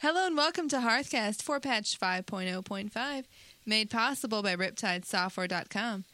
Hello and welcome to Hearthcast for patch 5.0.5, made possible by RiptideSoftware.com.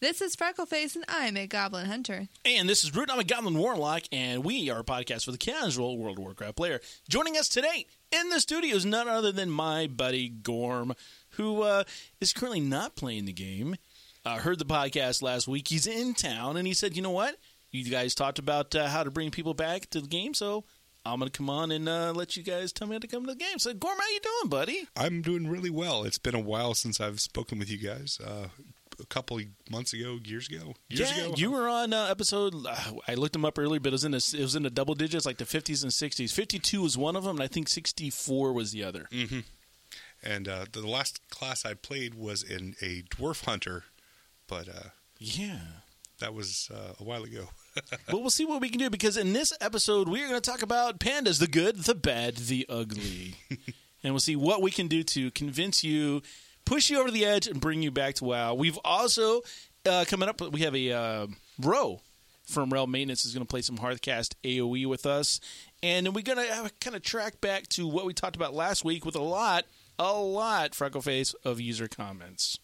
This is Freckleface and I'm a Goblin Hunter. And this is Root. I'm a Goblin Warlock, and we are a podcast for the casual World of Warcraft player. Joining us today in the studio is none other than my buddy Gorm, who uh, is currently not playing the game. Uh, heard the podcast last week. He's in town, and he said, "You know what? You guys talked about uh, how to bring people back to the game, so." I'm gonna come on and uh, let you guys tell me how to come to the game. So, Gorm, how you doing, buddy? I'm doing really well. It's been a while since I've spoken with you guys. Uh, a couple of months ago, years ago, years yeah, ago. you were on uh, episode. Uh, I looked them up earlier, but it was in the it was in the double digits, like the fifties and sixties. Fifty two was one of them, and I think sixty four was the other. and uh, the last class I played was in a dwarf hunter, but uh, Yeah. that was uh, a while ago. But we'll see what we can do because in this episode we are going to talk about pandas: the good, the bad, the ugly, and we'll see what we can do to convince you, push you over the edge, and bring you back to WoW. We've also uh, coming up. We have a uh, row from Rel Maintenance is going to play some Hearthcast AOE with us, and then we're going to kind of track back to what we talked about last week with a lot, a lot, Freckleface of user comments.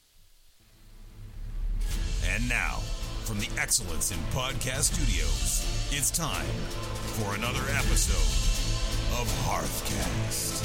And now, from the Excellence in Podcast Studios, it's time for another episode of Hearthcast.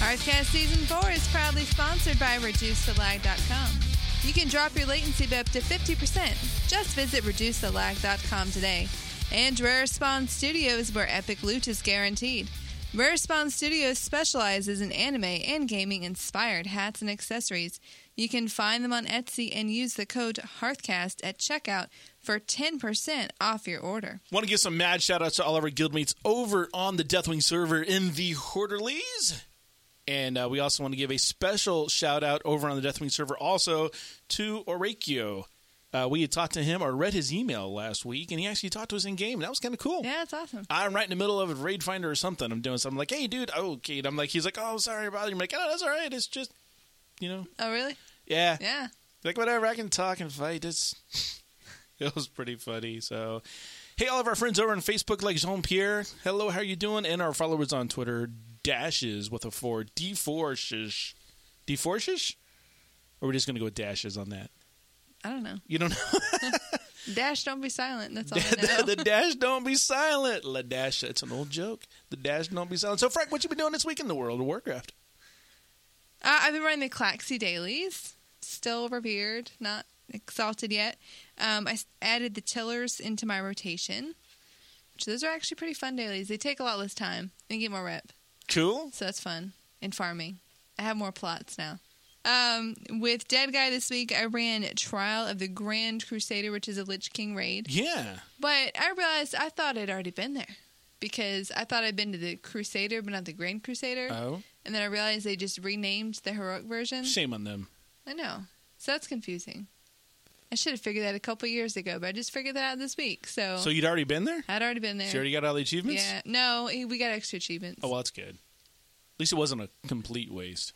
Hearthcast Season 4 is proudly sponsored by ReduceTheLag.com. You can drop your latency by up to 50%. Just visit ReduceTheLag.com today. And Rare Spawn Studios, where epic loot is guaranteed. Rare Spawn Studios specializes in anime and gaming inspired hats and accessories. You can find them on Etsy and use the code HEARTHCAST at checkout for 10% off your order. Want to give some mad shout outs to all of our guildmates over on the Deathwing server in the Horderlies. And uh, we also want to give a special shout out over on the Deathwing server also to Orakio. Uh, we had talked to him or read his email last week, and he actually talked to us in game. That was kind of cool. Yeah, that's awesome. I'm right in the middle of a raid finder or something. I'm doing something like, hey, dude, okay. And I'm like, he's like, oh, sorry about you. I'm like, oh, that's all right. It's just, you know, Oh, really? yeah. Yeah. Like whatever, I can talk and fight. It's it was pretty funny. So, hey, all of our friends over on Facebook, like Jean Pierre, hello, how are you doing? And our followers on Twitter, dashes with a four, d four shish, d four shish, or we're just gonna go with dashes on that. I don't know. You don't know Dash, don't be silent. That's all I know. the, the dash. Don't be silent, la dash. It's an old joke. The dash. Don't be silent. So, Frank, what you been doing this week in the world of Warcraft? Uh, I've been running the Claxi dailies. Still revered, not exalted yet. Um, I s- added the tillers into my rotation, which those are actually pretty fun dailies. They take a lot less time and get more rep, Cool. so that's fun. And farming, I have more plots now. Um, with Dead Guy this week, I ran Trial of the Grand Crusader, which is a Lich King raid. Yeah. But I realized I thought I'd already been there because I thought I'd been to the Crusader, but not the Grand Crusader. Oh, And then I realized they just renamed the heroic version. shame on them. I know. So that's confusing. I should have figured that a couple years ago, but I just figured that out this week. So, So you'd already been there? I'd already been there. So you already got all the achievements? yeah. No, eh, we got extra achievements. Oh, well, that's good. At least it wasn't a complete waste.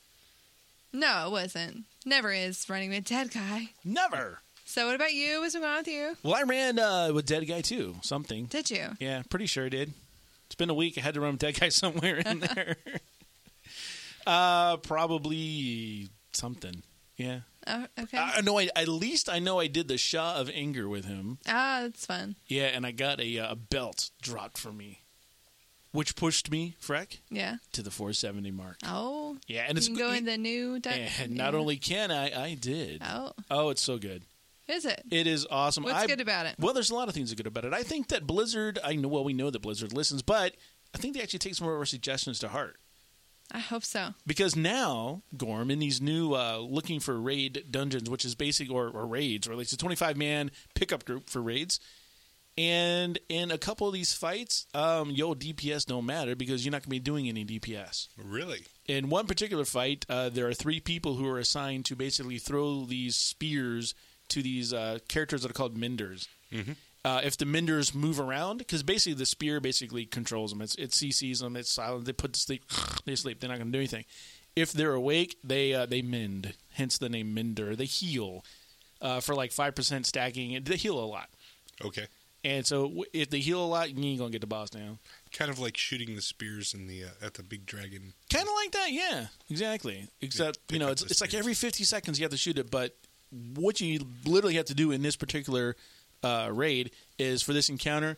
No, it wasn't. Never is running with dead guy. Never. So what about you? What's going on with you? Well, I ran uh, with Dead Guy too. Something. Did you? Yeah, pretty sure I did. It's been a week. I had to run with Dead Guy somewhere in there. uh, probably something. Yeah. Oh, okay. I I know. I at least I know I did the Shah of Anger with him. ah, that's fun. Yeah, and I got a, uh, a belt dropped for me, which pushed me, Freck, Yeah. to the 470 mark. Oh. Yeah, and you it's can go in the new. Di- And not yeah. only can I, I did. Oh, Oh, it's so good. is it? It is awesome. What's I- good about it? Well, there's a lot of things that are good about it. I think that Blizzard. I know. Well, we know that Blizzard listens, but I think they actually take some of our suggestions to heart I hope so. because now Gorm in these new uh, looking for raid dungeons, which is basic or, or raids, or at least a 25 man pickup group for raids. And in a couple of these fights, um, your DPS don't matter because you're not going to be doing any DPS really? in one particular fight, uh, there are three people who are assigned to basically throw these spears to these uh, characters that are called Menders. Mm-hmm. Uh, if the Menders move around, because basically the spear basically controls them. It's, it CCs them. It's silent. They put to sleep. They sleep. They're not going to do anything. If they're awake, they uh, they mend. Hence the name Mender. They heal. uh, for like five percent stacking. and They heal a lot, Okay. and so w- if they heal a lot, you ain't gonna get the boss down. Kind of like shooting the spears in the uh, at the big dragon. Kind of like that, yeah, exactly. Except pick you know, up it's, the it's like spears. every fifty seconds you have to shoot it, but what you literally have to do in this particular uh, raid is for this encounter,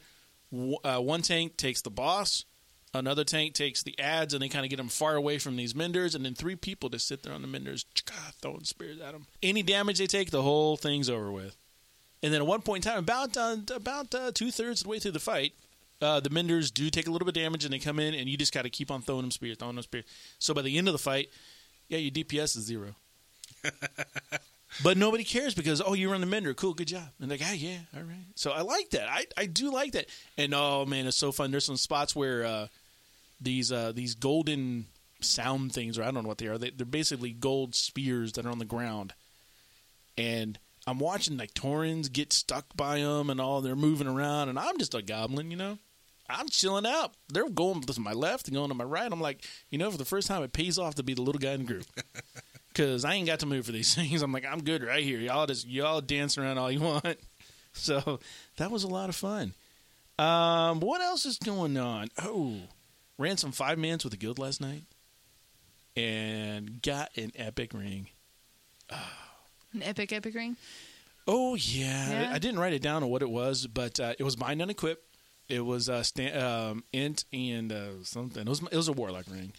w- uh, one tank takes the boss, another tank takes the ads, and they kind of get them far away from these menders, and then three people just sit there on the menders throwing spears at them. Any damage they take, the whole thing's over with. And then at one point in time, about uh, about uh, two thirds of the way through the fight, uh, the Menders do take a little bit of damage, and they come in, and you just got to keep on throwing them spears, throwing them spears. So by the end of the fight, yeah, your DPS is zero. but nobody cares because oh, you run the Mender, cool, good job. And they're like, ah, yeah, all right. So I like that. I I do like that. And oh man, it's so fun. There's some spots where uh, these uh, these golden sound things, or I don't know what they are. They, they're basically gold spears that are on the ground and I'm watching like Torrens get stuck by them and all. They're moving around, and I'm just a goblin, you know. I'm chilling out. They're going to my left and going to my right. I'm like, you know, for the first time, it pays off to be the little guy in the group because I ain't got to move for these things. I'm like, I'm good right here. Y'all just y'all dance around all you want. So that was a lot of fun. Um, what else is going on? Oh, ran some five mans with the guild last night and got an epic ring. An epic, epic ring. Oh yeah. Yeah? I didn't write it down on what it was, but uh, it was bind and equip. It was uh, stand, um, int and uh, something. It was it was a warlock ring,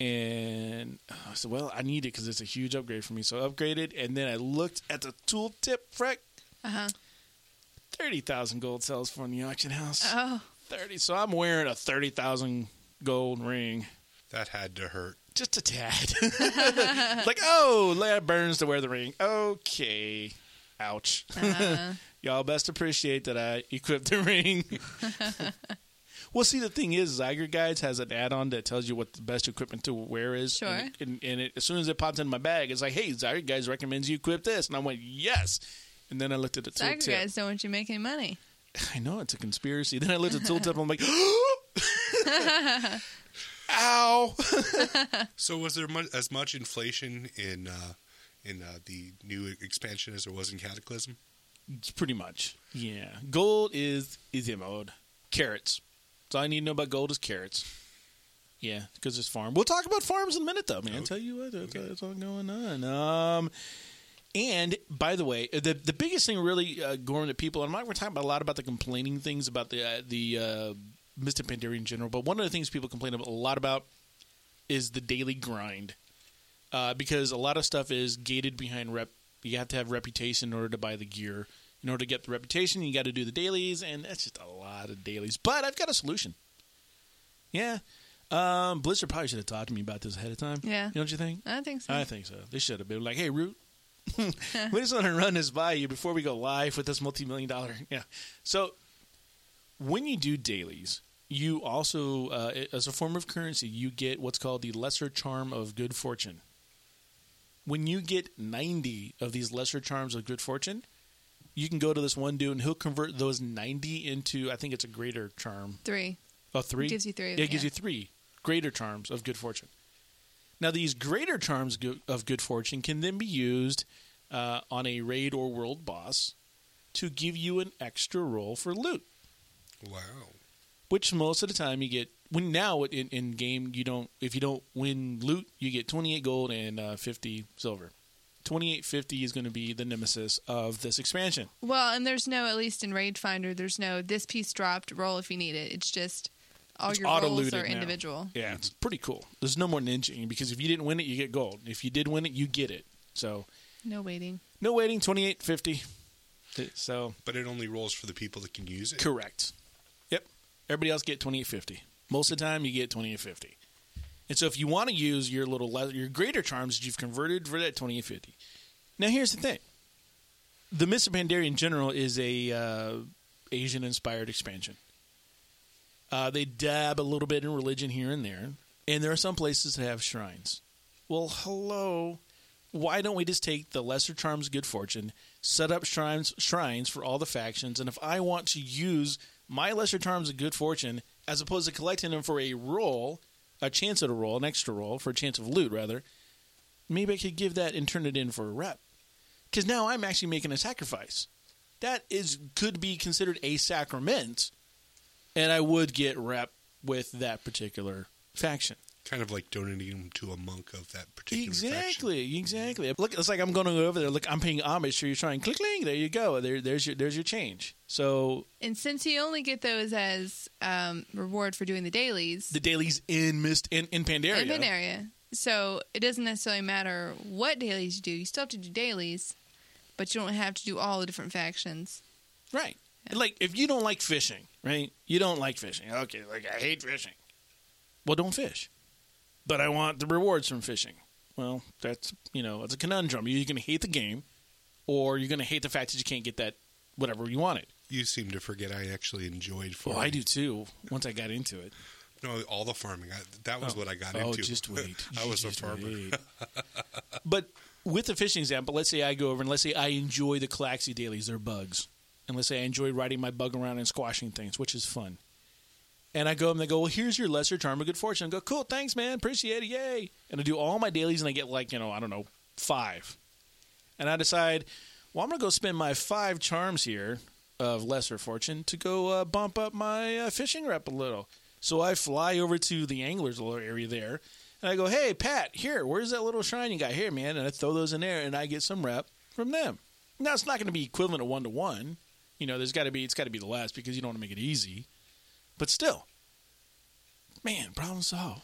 and uh, I said, "Well, I need it because it's a huge upgrade for me." So I upgraded, and then I looked at the tooltip freck. Uh huh. Thirty thousand gold sells for in the auction house. Oh, Thirty. So I'm wearing a thirty thousand gold ring. That had to hurt. Just a tad. like, oh, Leia Burns to wear the ring. Okay. Ouch. Y'all best appreciate that I equipped the ring. well, see, the thing is, Zyger Guides has an add on that tells you what the best equipment to wear is. Sure. And, and, and it, as soon as it pops in my bag, it's like, hey, Zyger Guides recommends you equip this. And I went, yes. And then I looked at the Tiger tooltip. guys don't want you making money. I know it's a conspiracy. Then I looked at the tooltip and I'm like, ow. So was there mu- as much inflation in uh, in uh, the new expansion as there was in Cataclysm? Pretty much. Yeah. Gold is is mode. Carrots. That's all I need to know about gold is carrots. Yeah, because it's farm. We'll talk about farms in a minute, though, man. I tell you what, that's, that's all going on. Um, and by the way, the the biggest thing really, uh, Gorm, that people and Mike were talking about a lot about the complaining things about the uh, the uh, Mystic Pandaria in general. But one of the things people complain about, a lot about is the daily grind, uh, because a lot of stuff is gated behind rep. You have to have reputation in order to buy the gear. In order to get the reputation, you got to do the dailies, and that's just a lot of dailies. But I've got a solution. Yeah, um, Blizzard probably should have talked to me about this ahead of time. Yeah. don't you think? I don't think so. I think so. They should have been like, "Hey, Root, we just want to run this by you before we go live with this multi-million dollar." Yeah. So when you do dailies, you also, uh, as a form of currency, you get what's called the lesser charm of good fortune. When you get ninety of these lesser charms of good fortune, you can go to this one dude and he'll convert those ninety into, I think it's a greater charm. Three. Oh, three Gives you three of them, Yeah, it gives yeah. you three greater charms of good fortune. Now, these greater charms go- of good fortune can then be used uh, on a raid or world boss to give you an extra roll for loot, Wow. which most of the time you get. When now in, in game you don't if you don't win loot you get twenty eight gold and uh, fifty silver. Twenty eight fifty is going to be the nemesis of this expansion. Well, and there's no, at least in Raid Finder, there's no this piece dropped, roll if you need it. It's just all It's Oh, your rolls auto-looted are now. individual. Yeah, it's pretty cool. There's no more ninjing because if you didn't win it, you get gold. If you did win it, you get it. So No waiting. no waiting, twenty eight fifty. So But it only rolls for the people that can use it. correct. Yep. Everybody else get twenty eight fifty. Most of the time, you get twenty eight fifty. And so if you want to use your little le- your greater charms that you've converted for that twenty eight fifty. Now here's the thing. The Mr. Pandaria in general is a uh, Asian inspired expansion. Uh, they dab a little bit in religion here and there, and there are some places that have shrines. Well, hello. Why don't we just take the lesser charms of good fortune, set up shrines shrines for all the factions, and if I want to use my lesser charms of good fortune as opposed to collecting them for a roll, a chance at a roll, an extra roll for a chance of loot rather, maybe I could give that and turn it in for a rep. because now I'm actually making a sacrifice. That is could be considered a sacrament, and I would get rep with that particular faction. Kind of like donating them to a monk of that particular faction. Exactly, exactly. Look, it's like I'm going to go over there. Look, I'm paying homage to your shrine. Click, cling. There you go. There, there's your, there's your change. So And since you only get those as um, reward for doing the dailies the dailies in Mist in in Pandaria. in Pandaria, so it doesn't necessarily matter what dailies you do. You still have to do dailies, but you don't have to do all the different factions. Right. Like if you don't like fishing, right? You don't like fishing. Okay, like I hate fishing. Well, don't fish. But I want the rewards from fishing. Well, that's you know, it's a conundrum. You're gonna hate the game or you're gonna hate the fact that you can't get that whatever you wanted. You seem to forget I actually enjoyed Well, farming. Oh, I do too, once I got into it. No, all the farming. I, that was Oh. what I got Oh, into. just wait. I was a Just farmer. wait. but with the fishing example, let's say I go over and let's say I enjoy the Calaxy dailies, they're bugs. And let's say I enjoy riding my bug around and squashing things, which is fun. And I go and they go, Well, here's your lesser charm of good fortune. I go, Cool, thanks, man, appreciate it, yay. And I do all my dailies and I get like, you know, I don't know, five. And I decide, well, I'm gonna go spend my five charms here of lesser fortune to go uh, bump up my uh, fishing rep a little. So I fly over to the angler's little area there, and I go, "Hey, Pat, here, where's that little shrine you got here, man?" And I throw those in there, and I get some rep from them. Now it's not going to be equivalent to one to one. You know, there's got to be it's got to be the less because you don't want to make it easy. But still, man, problem solved.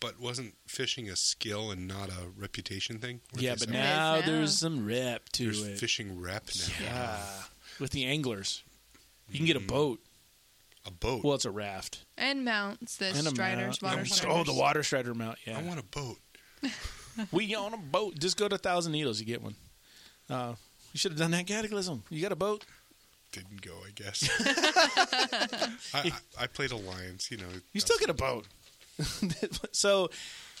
But wasn't fishing a skill and not a reputation thing? Weren't yeah, they but saying now Yes, now. there's some rep to there's it. fishing rep now. Yeah, with the anglers, you can get a boat. A boat. Well, it's a raft. And mounts, the And a striders, mount. water Oh, striders. Oh, the water strider mount. Yeah, I want a boat. we on a boat. Just go to Thousand Needles. You get one. Uh, you should have done that cataclysm. You got a boat. Didn't go, I guess. I, I, I played Alliance, you know. You still get a boat. so,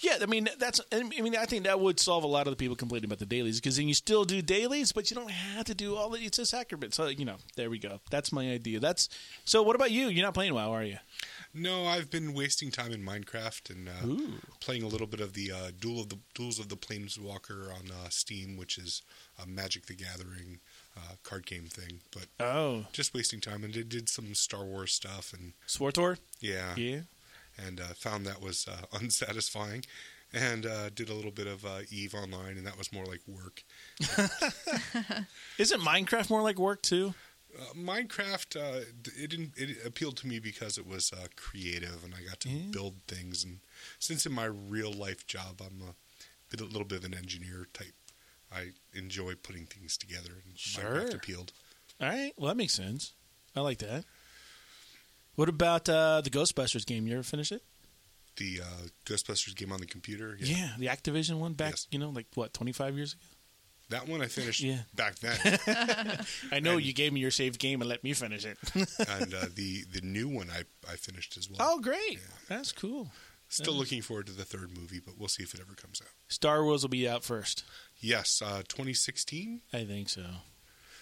yeah, I mean that's. I mean, I think that would solve a lot of the people complaining about the dailies because then you still do dailies, but you don't have to do all the. It's a sacrament. So you know, there we go. That's my idea. That's. So, what about you? You're not playing WoW, are you? No, I've been wasting time in Minecraft and uh, Ooh. playing a little bit of the uh, Duel of the Duels of the Planeswalker on uh, Steam, which is a Magic the Gathering uh, card game thing. But Oh, just wasting time, and I did some Star Wars stuff, and Swartor. yeah, Yeah. and uh, found that was uh, unsatisfying. And uh, did a little bit of uh, Eve online, and that was more like work. Isn't Minecraft more like work too? Uh, Minecraft, uh, d- it didn't. It appealed to me because it was uh, creative, and I got to Yeah. build things. And since in my real life job, I'm a, bit, a little bit of an engineer type, I enjoy putting things together. And Sure. Minecraft appealed. All right. Well, that makes sense. I like that. What about uh, the Ghostbusters game? You ever finish it? The uh, Ghostbusters game on the computer, the Activision one back, Yes. you know, like what, 25 years ago? that one I finished Yeah. back then. I know And- you gave me your save game and let me finish it. and uh, the the new one I, I finished as well. oh, great. Yeah. That's cool. Still looking forward to the third movie, but we'll see if it ever comes out. Star Wars will be out first. Yes, uh, 2016. I think so.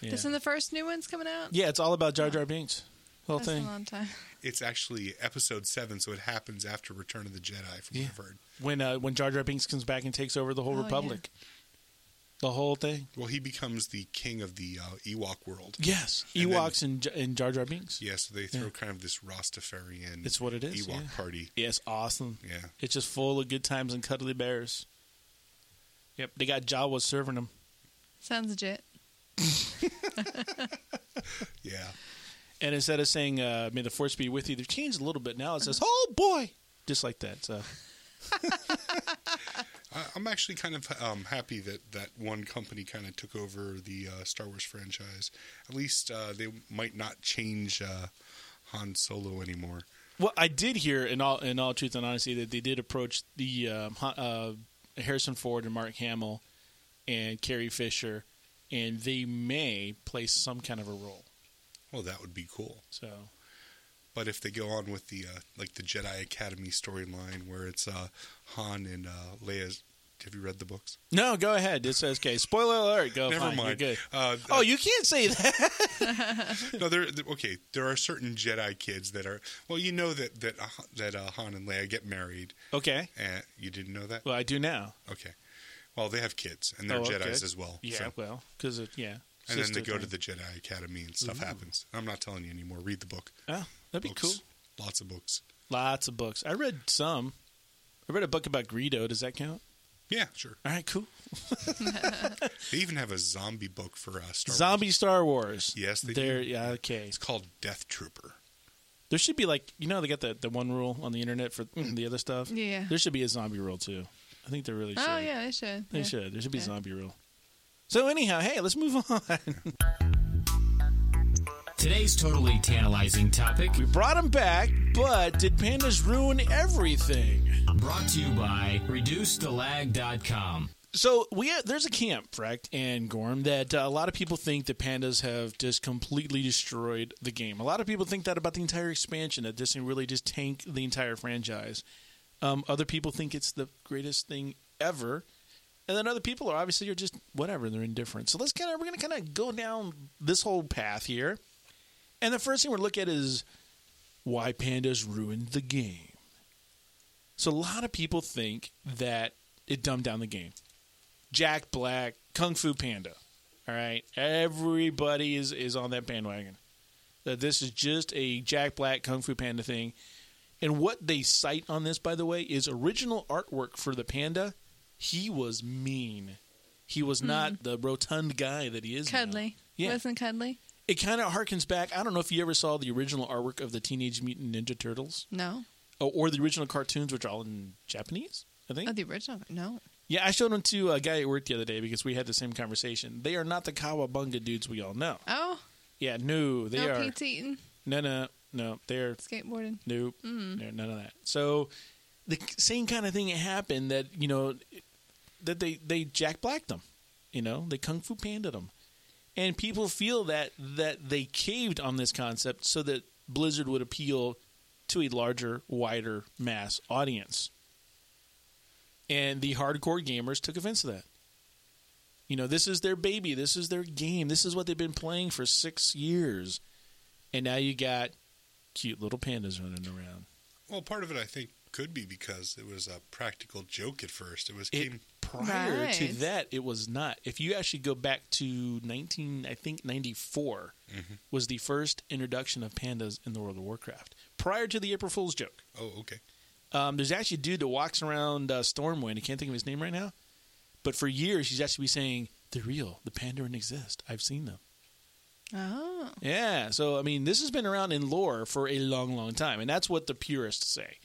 Yeah, This is the first new one's coming out? yeah it's all about Jar Jar Binks. Whole That's thing. a long time. It's actually episode seven, so it happens after Return of the Jedi, from Yeah. what I've heard. When uh, when Jar Jar Binks comes back and takes over the whole Oh, yeah. republic. The whole thing. Well, he becomes the king of the uh, Ewok world. Yes. And then- Ewoks and, J- and Jar Jar Binks. Yeah, so they throw Yeah. kind of this Rastafarian It's what it is, Ewok yeah. party. Yeah, it's awesome. Yeah. It's just full of good times and cuddly bears. Yep, they got Jawas serving them. Sounds legit. Yeah. And instead of saying uh, "May the Force be with you," they've changed a little bit now. It says "Oh boy," just like that. So I, I'm actually kind of um, happy that that one company kind of took over the uh, Star Wars franchise. At least uh, they might not change uh, Han Solo anymore. Well, I did hear, in all in all truth and honesty, that they did approach the um, Ha- uh, Harrison Ford and Mark Hamill and Carrie Fisher, and they may play some kind of a role. Well, that would be cool. So But if they go on with the uh, like the Jedi Academy storyline where it's uh, Han and uh, Leia's, have you read the books? no, go ahead. It's okay. Spoiler alert. Go. Never Oh, fine. mind. You're good. Uh, Oh, you can't say that. No, there. there- Okay, there are certain Jedi kids that are. Well, you know that that uh, that uh, Han and Leia get married. Okay. And you didn't know that? Well, I do now. Okay. Well, they have kids, and they're Oh, okay. Jedi's as well. Yeah, so- well, because yeah, it's and then just they a go to thing. the Jedi Academy, and stuff happens. I'm not telling you anymore. Read the book. Oh, that'd be Books. cool. Lots of books. Lots of books. I read some. I read a book about Greedo. Does that count? Yeah, sure. All right, cool. They even have a zombie book for uh, Star Wars. Zombie Star Wars. Yes, they There. do. Yeah. Okay. It's called Death Trooper. There should be like you know they got the, the one rule on the internet for the other stuff. Yeah. There should be a zombie rule too. I think there really should. Oh yeah, they should. They yeah. should. There should be a Yeah. zombie rule. So anyhow, hey, let's move on. Today's totally tantalizing topic we brought him back, but did pandas ruin everything? brought to you by ReduceTheLag.com. So we there's a camp, correct, and Gorm that uh, a lot of people think that pandas have just completely destroyed the game. A lot of people think that about the entire expansion that Disney really just tanked the entire franchise. Um, other people think it's the greatest thing ever, and then other people are obviously are just whatever they're indifferent. So let's kind of we're gonna kind of go down this whole path here, and the first thing we're look at is why pandas ruined the game. So a lot of people think that it dumbed down the game. Jack Black, Kung Fu Panda. All right, everybody is is on that bandwagon. That this is just a Jack Black Kung Fu Panda thing. And what they cite on this, by the way, is original artwork for the panda. He was mean. He was not the rotund guy that he is. now. Cuddly. Yeah Wasn't cuddly? it kind of harkens back. I don't know if you ever saw the original artwork of the Teenage Mutant Ninja Turtles No. oh, or the original cartoons, which are all in Japanese, I think. Oh, the original. No. yeah, I showed them to a guy at work the other day because we had the same conversation. They are not the Kawabunga dudes we all know. Oh, Yeah, no, they no are. Pete's eating No, no, no. They're skateboarding. Nope. No, none of that. So the same kind of thing happened that, you know, that they, they Jack Blacked them. You know, they Kung Fu Pandaed them. And people feel that that they caved on this concept so that Blizzard would appeal to a larger, wider mass audience. And the hardcore gamers took offense to that. You know, this is their baby. This is their game. This is what they've been playing for six years. And now you got cute little pandas running around. Well, part of it I think could be because it was a practical joke at first. It was It, came prior to Right. that, it was not. If you actually go back to 19, I think 94 was the first introduction of pandas in the World of Warcraft. Prior to the April Fool's joke, oh okay. um, there's actually a dude that walks around uh, Stormwind. I can't think of his name right now, but for years he's actually been saying they're real. The pandarin exist. I've seen them. Oh. Yeah. So I mean, this has been around in lore for a long, long time, and that's what the purists say.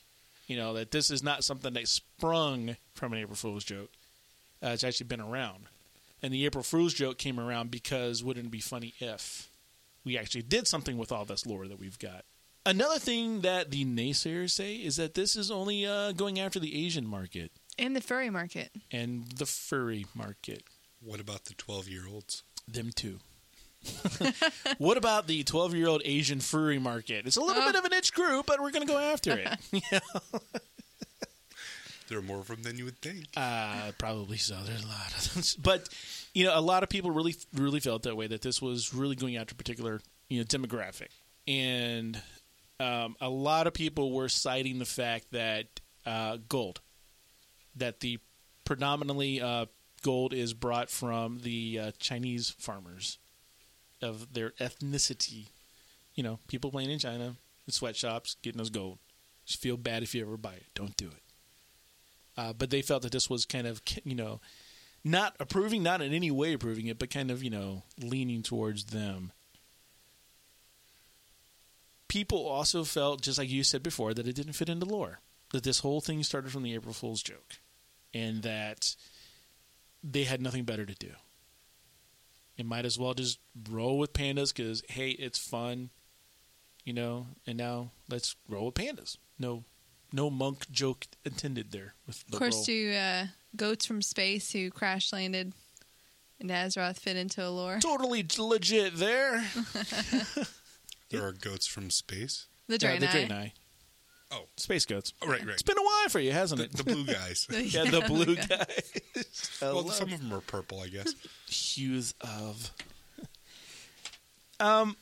You know that this is not something that sprung from an April Fool's joke. Uh, it's actually been around, and the April Fool's joke came around because wouldn't it be funny if we actually did something with all this lore that we've got? Another thing that the naysayers say is that this is only uh, going after the Asian market And the furry market. and the furry market. What about the 12 year olds? Them too. what about the 12 year old Asian furry market? It's a little bit of an itch group, but we're going to go after it. There are more of them than you would think. uh, probably so. There's a lot of them. But, you know, a lot of people really, really felt that way that this was really going after a particular, you know, demographic. And um, a lot of people were citing the fact that uh, gold, that the predominantly uh, gold is brought from the uh, Chinese farmers of their ethnicity. You know, people playing in China, in sweatshops, getting those gold. Just feel bad if you ever buy it. Don't do it. Uh, but they felt that this was kind of, you know, not approving, not in any way approving it, but kind of, you know, leaning towards them. People also felt, just like you said before, that it didn't fit into lore. That this whole thing started from the April Fool's joke. And that they had nothing better to do. It might as well just roll with pandas because, hey, it's fun, you know, and now let's roll with pandas. No. No monk joke intended there. With the Of course, roll. do uh, goats from space who crash landed in Azeroth fit into a lore? totally legit there. There are goats from space. The Yeah, Draenei. the Draenei. Oh. Space goats. Oh, right, right. It's been a while for you, hasn't The, it? the blue guys. yeah, the blue guy. I well, love some of them are purple, I guess. hues of. Um,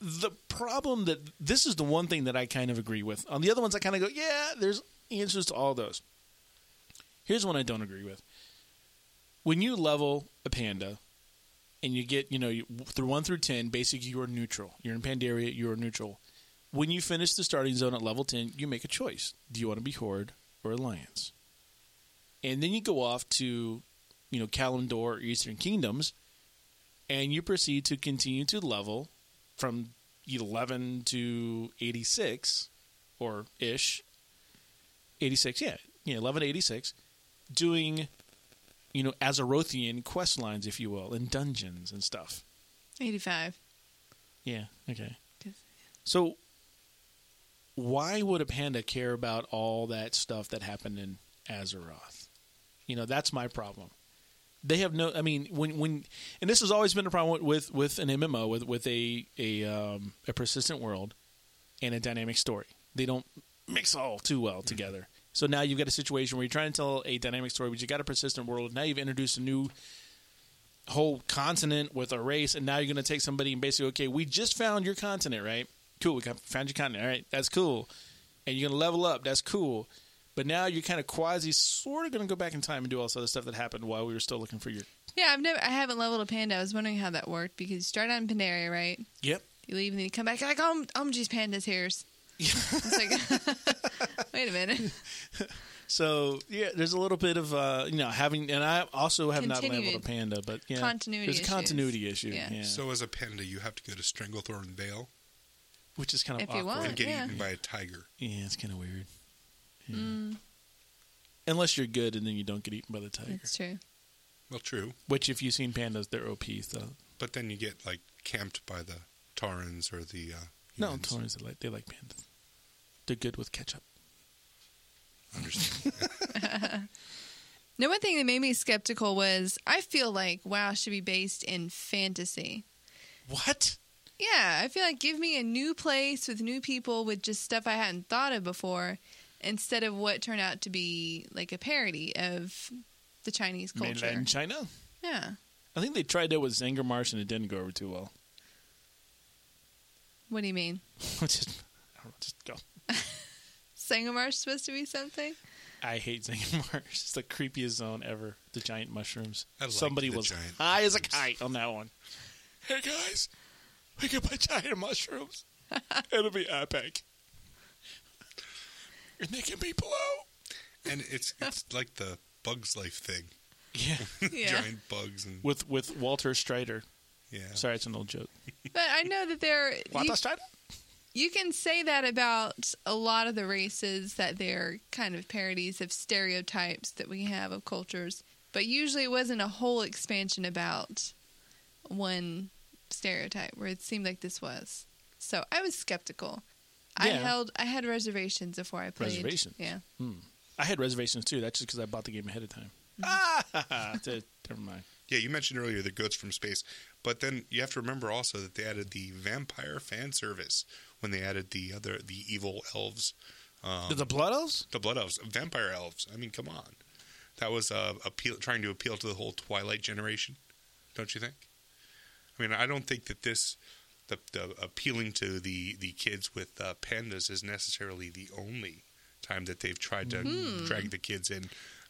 the problem that this is the one thing that I kind of agree with. On the other ones, I kind of go, yeah, there's answers to all those. Here's one I don't agree with. When you level a panda and you get, you know, you, through 1 through 10, basically you are neutral. You're in Pandaria, you are neutral. When you finish the starting zone at level 10, you make a choice. Do you want to be Horde or Alliance? And then you go off to, you know, Kalimdor or Eastern Kingdoms and you proceed to continue to level from 11 to 86 or ish 86 yeah yeah 11 to 86 doing you know azerothian quest lines if you will and dungeons and stuff 85. yeah okay 'Cause- so why would a panda care about all that stuff that happened in azeroth you know that's my problem they have no i mean when when and this has always been a problem with with an mmo with with a a um a persistent world and a dynamic story they don't mix all too well together so now you've got a situation where you're trying to tell a dynamic story but you got a persistent world now you've introduced a new whole continent with a race and now you're going to take somebody and basically okay we just found your continent right cool we got- found your continent all right that's cool and you're going to level up that's cool but now you're kind of quasi sort of going to go back in time and do all this other stuff that happened while we were still looking for your Yeah, I've never, I haven't leveled a panda. I was wondering how that worked because you start out in Pandaria, right? yep You leave and then you come back. You're like, oh, oh, geez, panda's hairs. it's like, wait a minute. So yeah, there's a little bit of uh, you know having, and I also have not Continued labeled a panda, but yeah, continuity There's a issues. continuity issue, Yeah. yeah. So as a panda, you have to go to Stranglethorn Vale which is kind of If you awkward. want. and get yeah. eaten by a tiger. Yeah, it's kind of weird. Yeah. Mm. Unless you're good, and then you don't get eaten by the tiger. That's true. Well, true, Which, if you've seen pandas, they're OP. So but then you get like camped by the Taurans or the uh, no, humans. Taurans they like they like pandas. They're good with ketchup. Understand. Now, one thing that made me skeptical was I feel like WoW should be based in fantasy. What? Yeah, I feel like give me a new place with new people with just stuff I hadn't thought of before instead of what turned out to be like a parody of the Chinese culture. Mainland China. Yeah. I think they tried that with Zanger Marsh, and it didn't go over too well. What do you mean? just, I don't know, just go. Sangamar's supposed to be something? I hate Zingmar. It's the creepiest zone ever. The giant mushrooms. I like Somebody the was giant high as a kite on that one. Hey guys, we got my giant mushrooms. It'll be epic. And they can be below. and it's it's like the Bugs Life thing, Yeah, Yeah. giant bugs and with with Walter Strider. yeah. Sorry, it's an old joke. But I know that there you, Walter Strider. you can say that about a lot of the races that they're kind of parodies of stereotypes that we have of cultures, but usually it wasn't a whole expansion about one stereotype where it seemed like this was. So I was skeptical. I Yeah. held I had reservations before I played. Reservations? Yeah. I had reservations too. That's just because I bought the game ahead of time. Ah, Dude, never mind. Yeah, you mentioned earlier the goats from space, but then you have to remember also that they added the vampire fan service when they added the other the evil elves, the Blood Elves? the blood elves, vampire elves. I mean, come on, that was uh, appeal trying to appeal to the whole Twilight generation, don't you think? I mean, I don't think that this the, the appealing to the the kids with uh, pandas is necessarily the only time that they've tried to drag the kids in.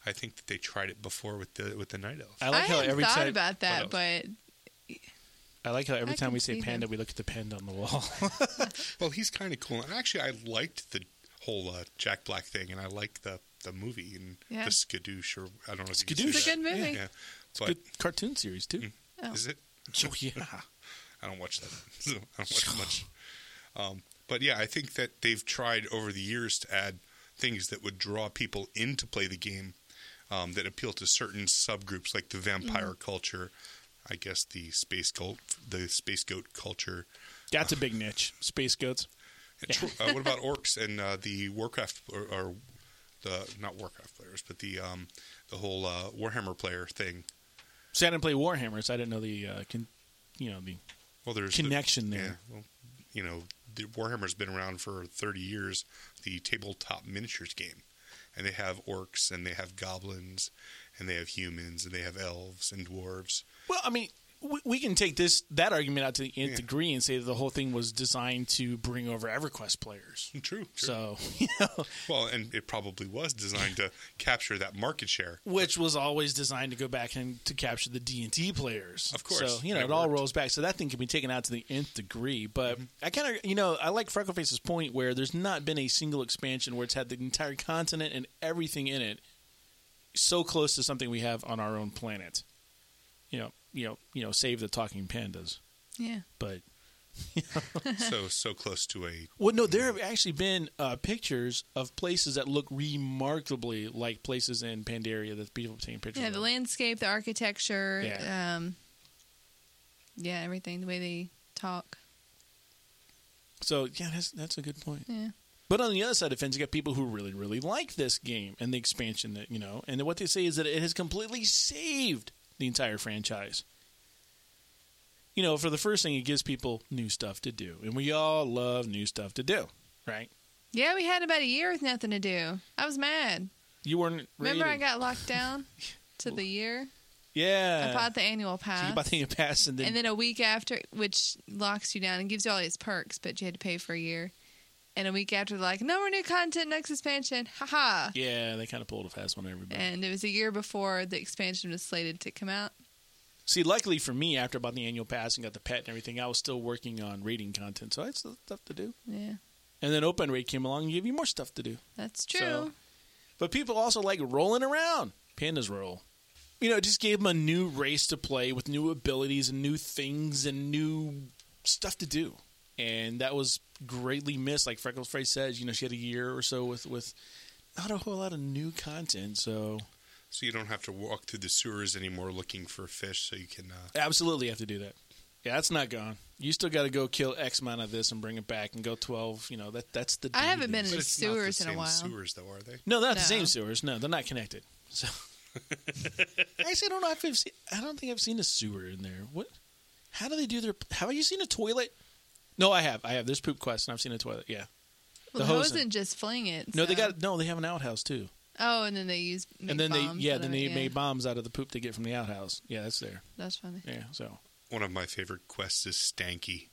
I think that they tried it before with the with the night elf. I, hadn't thought about that, Blood Elves. but I like how every I time can we say see panda, him. we look at the panda on the wall. Well, he's kind of cool. And actually, I liked the whole uh, Jack Black thing, and I liked the the movie and Yeah. the Skadoosh, or I don't know. if you Skadoosh. a It's say that. good movie. Yeah, but Good cartoon series too. Oh. is it? Oh Mm. yeah. I don't watch that. I don't watch much. Um, but yeah, I think that they've tried over the years to add things that would draw people in to play the game um, that appeal to certain subgroups, like the vampire Mm-hmm. culture. I guess the space goat, the space goat culture. That's a big niche. Space goats. Tro- uh, what about orcs and uh, the Warcraft or, or the not Warcraft players, but the um, the whole uh, Warhammer player thing? See, I didn't play Warhammer, so I didn't know the, uh, con- you know, the. Well, there's Connection the, there. Yeah, well, you know, the Warhammer's been around for 30 years. The tabletop miniatures game, and they have orcs and they have goblins and they have humans and they have elves and dwarves. Well, I mean, we, we can take this that argument out to the nth Yeah. degree and say that the whole thing was designed to bring over EverQuest players. True. true. So, you know, Well, and it probably was designed to capture that market share. which was always designed to go back and to capture the D and T players. Of course, so you know and it, it all worked. Mm-hmm. rolls back. So that thing can be taken out to the nth degree. But I kind of you know I like Freckleface's point where there's not been a single expansion where it's had the entire continent and everything in it so close to something we have on our own planet. You know, you know, you know, save the talking pandas, Yeah. but so so close to a Well, no, there have actually been uh, pictures of places that look remarkably like places in Pandaria that people have taken pictures Yeah, of. the landscape, the architecture, Yeah. um yeah, everything, the way they talk. so, yeah, that's, that's a good point. Yeah. But on the other side of the fence, you got people who really, really like this game and the expansion that, you know, and what they say is that it has completely saved the entire franchise. You know, for the first thing, it gives people new stuff to do. And we all love new stuff to do, right? Yeah, we had about a year with nothing to do. I was mad. You weren't Remember I rated. got locked down to the year? Yeah. I bought the annual Uh, So pass. you bought the pass and then, and then a week after, which locks you down and gives you all these perks, but you had to pay for a year. And a week after, they're like, no more new content, next expansion. Haha. yeah, they kind of pulled a fast one on everybody. And it was a year before the expansion was slated to come out. See, luckily for me, after I bought the annual pass and got the pet and everything, I was still working on rating content, so I had still stuff to do. Yeah, And then Open Rate came along and gave you more stuff to do. that's true. So- But people also like rolling around. Pandas roll. You know, it just gave them a new race to play with new abilities and new things and new stuff to do. And that was greatly missed. Like Freckles Frey says, you know, she had a year or so with, with not a whole lot of new content. So so you don't have to walk through the sewers anymore looking for fish. So you can uh, Absolutely have to do that. Yeah, that's not gone. You still got to go kill X amount of this and bring it back and go 12. You know, that that's the. I haven't been deed is- in- but it's sewers in not the a same while. Sewers though, are they? No, they're not the No. same sewers. No, they're not connected. So. Actually, I don't know if I've seen. I don't think I've seen a sewer in there. What? How do they do their. Have you seen a toilet? No, I have. I have. There's poop quest and I've seen a toilet. Yeah. well, the the hose hose- didn't just fling it. No, they so- got. No, they have an outhouse too. Oh, and then they used. and then they. bombs Yeah, out then of it, they yeah. made bombs out of the poop they get from the outhouse. Yeah, that's there. That's funny. Yeah, so. One of my favorite quests is Stanky.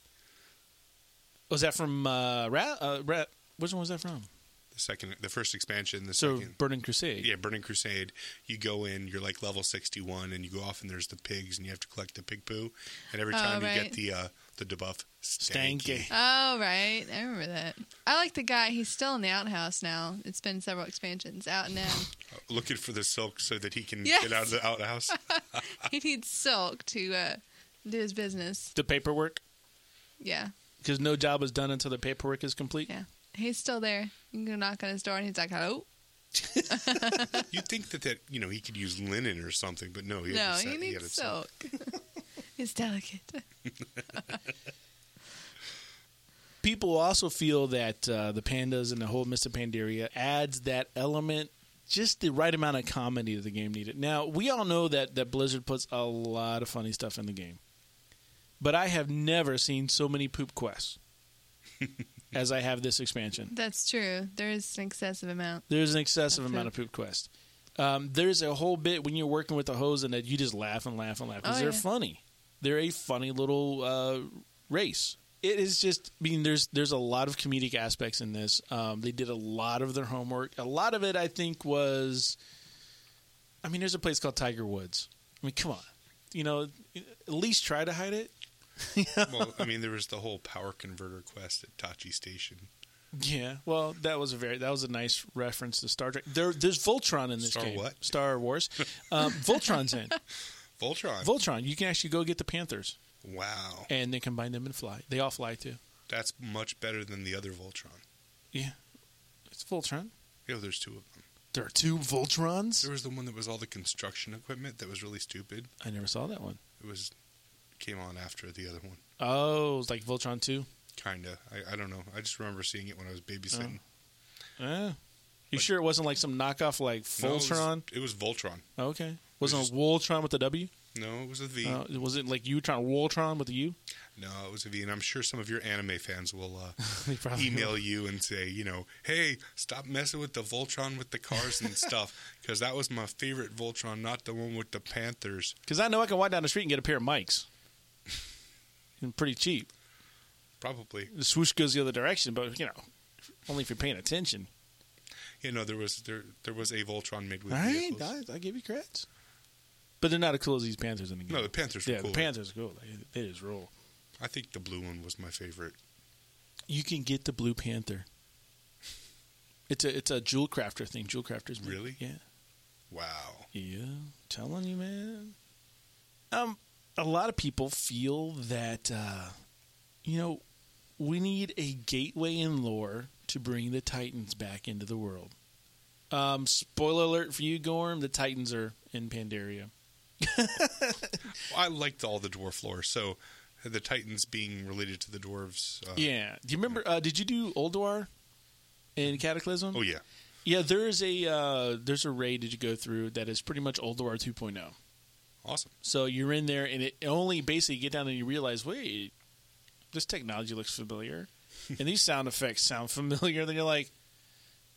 Was that from. Uh, Rat? Uh, Rat? Which one was that from? The second, the first expansion, the So, second. Burning Crusade. Yeah, Burning Crusade. You go in, you're like level sixty one, and you go off, and there's the pigs, and you have to collect the pig poo. And every Oh, time you right. get the uh, the debuff, stanky. Stanky. Oh right, I remember that. I like the guy. He's still in the outhouse now. It's been several expansions out and in. uh, looking for the silk so that he can Yes. get out of the outhouse. he needs silk to uh, do his business. The paperwork. Yeah, because no job is done until the paperwork is complete. yeah. He's still there. You can go knock on his door, and he's like, "Oh, You'd think that that you know he could use linen or something, but no, he no, had to set- he had needs it set. silk. it's delicate." People also feel that uh, the pandas and the whole Mr. Pandaria adds that element, just the right amount of comedy that the game needed. Now we all know that that Blizzard puts a lot of funny stuff in the game, but I have never seen so many poop quests as I have this expansion. That's true. There is an excessive amount. There's an excessive Of amount of poop quest. Um, there's a whole bit when you're working with the hose and that you just laugh and laugh and laugh because Oh, they're yeah. funny. They're a funny little uh, race. It is just, I mean, there's there's a lot of comedic aspects in this. Um, they did a lot of their homework. A lot of it, I think, was. I mean, there's a place called Tiger Woods. I mean, come on, you know, at least try to hide it. well, I mean, there was the whole power converter quest at Tachi Station, Yeah, well, that was a very that was a nice reference to Star Trek. There, there's Voltron in this Star game. what? Star Wars. Um, Voltron's in. Voltron. Voltron, you can actually go get the Panthers wow, and then combine them and fly. They all fly too. that's much better than the other Voltron. Yeah. It's Voltron. You know, there's two of them. There are two Voltrons. There was the one that was all the construction equipment that was really stupid. I never saw that one. It was came on after the other one, Oh, it's like Voltron 2. kinda. I, I don't know. I just remember seeing it when I was babysitting. Yeah. You sure it wasn't like some knockoff like No, it was- Oh. Voltron? it was Voltron. Oh, okay. Wasn't just- it Voltron with a W? No, it was a V. Uh, was it like Utron, Voltron with a U? No, it was a V, and I'm sure some of your anime fans will uh, They probably email you and say, you know, hey, stop messing with the Voltron with the cars and stuff, because that was my favorite Voltron, not the one with the Panthers. Because I know I can walk down the street and get a pair of mics. and pretty cheap. Probably. The swoosh goes the other direction, but you know, only if you're paying attention. You know, there was there there was a Voltron made with All right, vehicles. I, I give you credits. But they're not as cool as these Panthers in the game. No, the Panthers were yeah, cool. the Panthers are cool. They, they just roll. I think the blue one was my favorite. You can get the Blue Panther. It's a it's a jewel crafter thing. Jewel crafters, make- Really? Yeah, Wow. yeah. Telling you, man. Um, a lot of people feel that uh, you know we need a gateway in lore to bring the Titans back into the world. Um, spoiler alert for you, Gorm. The Titans are in Pandaria. I liked all the dwarf lore. So the Titans being related to the dwarves. Uh, Yeah. Do you remember? Uh, did you do Olduar in Cataclysm? Oh yeah. Yeah. There is a uh, there's a raid that you go through that is pretty much Olduar 2.0. Awesome. So you're in there, and it only basically you get down and you realize, wait, this technology looks familiar, and these sound effects sound familiar. Then you're like,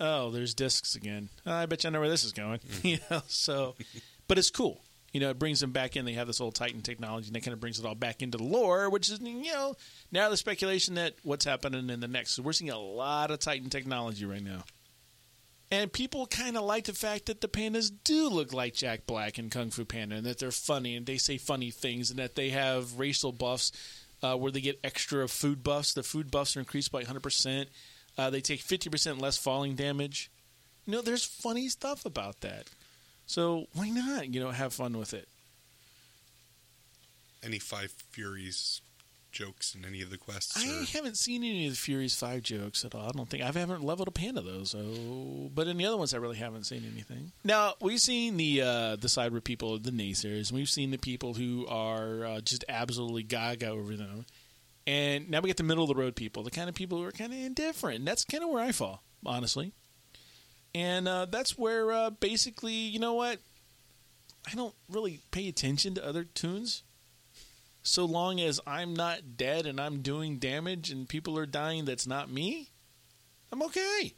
oh, there's discs again. I bet you I know where this is going. you know. So, but it's cool. You know, it brings them back in. They have this old Titan technology, and that kind of brings it all back into the lore, which is you know now the speculation that what's happening in the next. So we're seeing a lot of Titan technology right now. And people kind of like the fact that the pandas do look like Jack Black and Kung Fu Panda, and that they're funny and they say funny things, and that they have racial buffs uh, where they get extra food buffs. The food buffs are increased by 100%. Uh, they take 50% less falling damage. You know, there's funny stuff about that. So why not, you know, have fun with it? Any Five Furies jokes in any of the quests? or- I haven't seen any of the Furious 5 jokes at all. I don't think. I haven't leveled a panda, though. So, But in the other ones, I really haven't seen anything. Now, we've seen the uh, the side where people are the naysayers. and We've seen the people who are uh, just absolutely gaga over them. And now we get the middle of the road people, the kind of people who are kind of indifferent. And that's kind of where I fall, honestly. And uh, that's where uh, basically, you know what? I don't really pay attention to other tunes so long as I'm not dead and I'm doing damage and people are dying that's not me, I'm okay.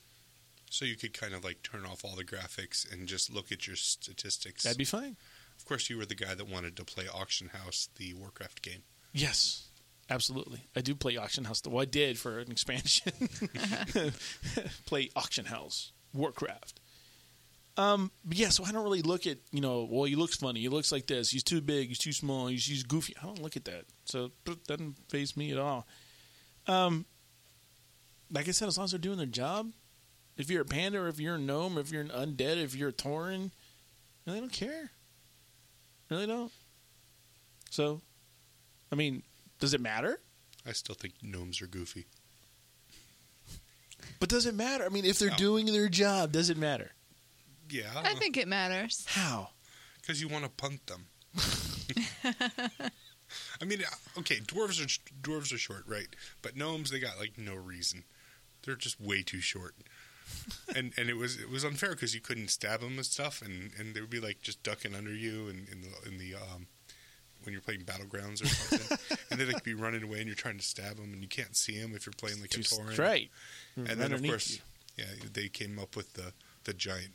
So you could kind of like turn off all the graphics and just look at your statistics. That'd be fine. of course, you were the guy that wanted to play Auction House, the Warcraft game. Yes. Absolutely. I do play Auction House. Well, I did for an expansion. play Auction House, Warcraft. Um, but yeah, so I don't really look at, you know, well, he looks funny. He looks like this. He's too big. He's too small. He's, he's goofy. I don't look at that. So it doesn't phase me at all. Um, like I said, as long as they're doing their job, if you're a panda or if you're a gnome, if you're an undead, if you're a tauren, really don't care. Really don't. So, I mean, does it matter? I still think gnomes are goofy. But does it matter? I mean, if they're No. doing their job, does it matter? I Yeah, think it matters. How? because you want to punt them. I mean, uh, okay, dwarves are dwarves are short, right? But gnomes, they got like no reason. They're just way too short. and and it was it was unfair because you couldn't stab them and stuff, and, and they would be like just ducking under you and in the in the um when you're playing battlegrounds or something, and they like be running away and you're trying to stab them and you can't see them if you're playing like a Just torrent. right. And then of Underneath course, you. yeah, they came up with the the giant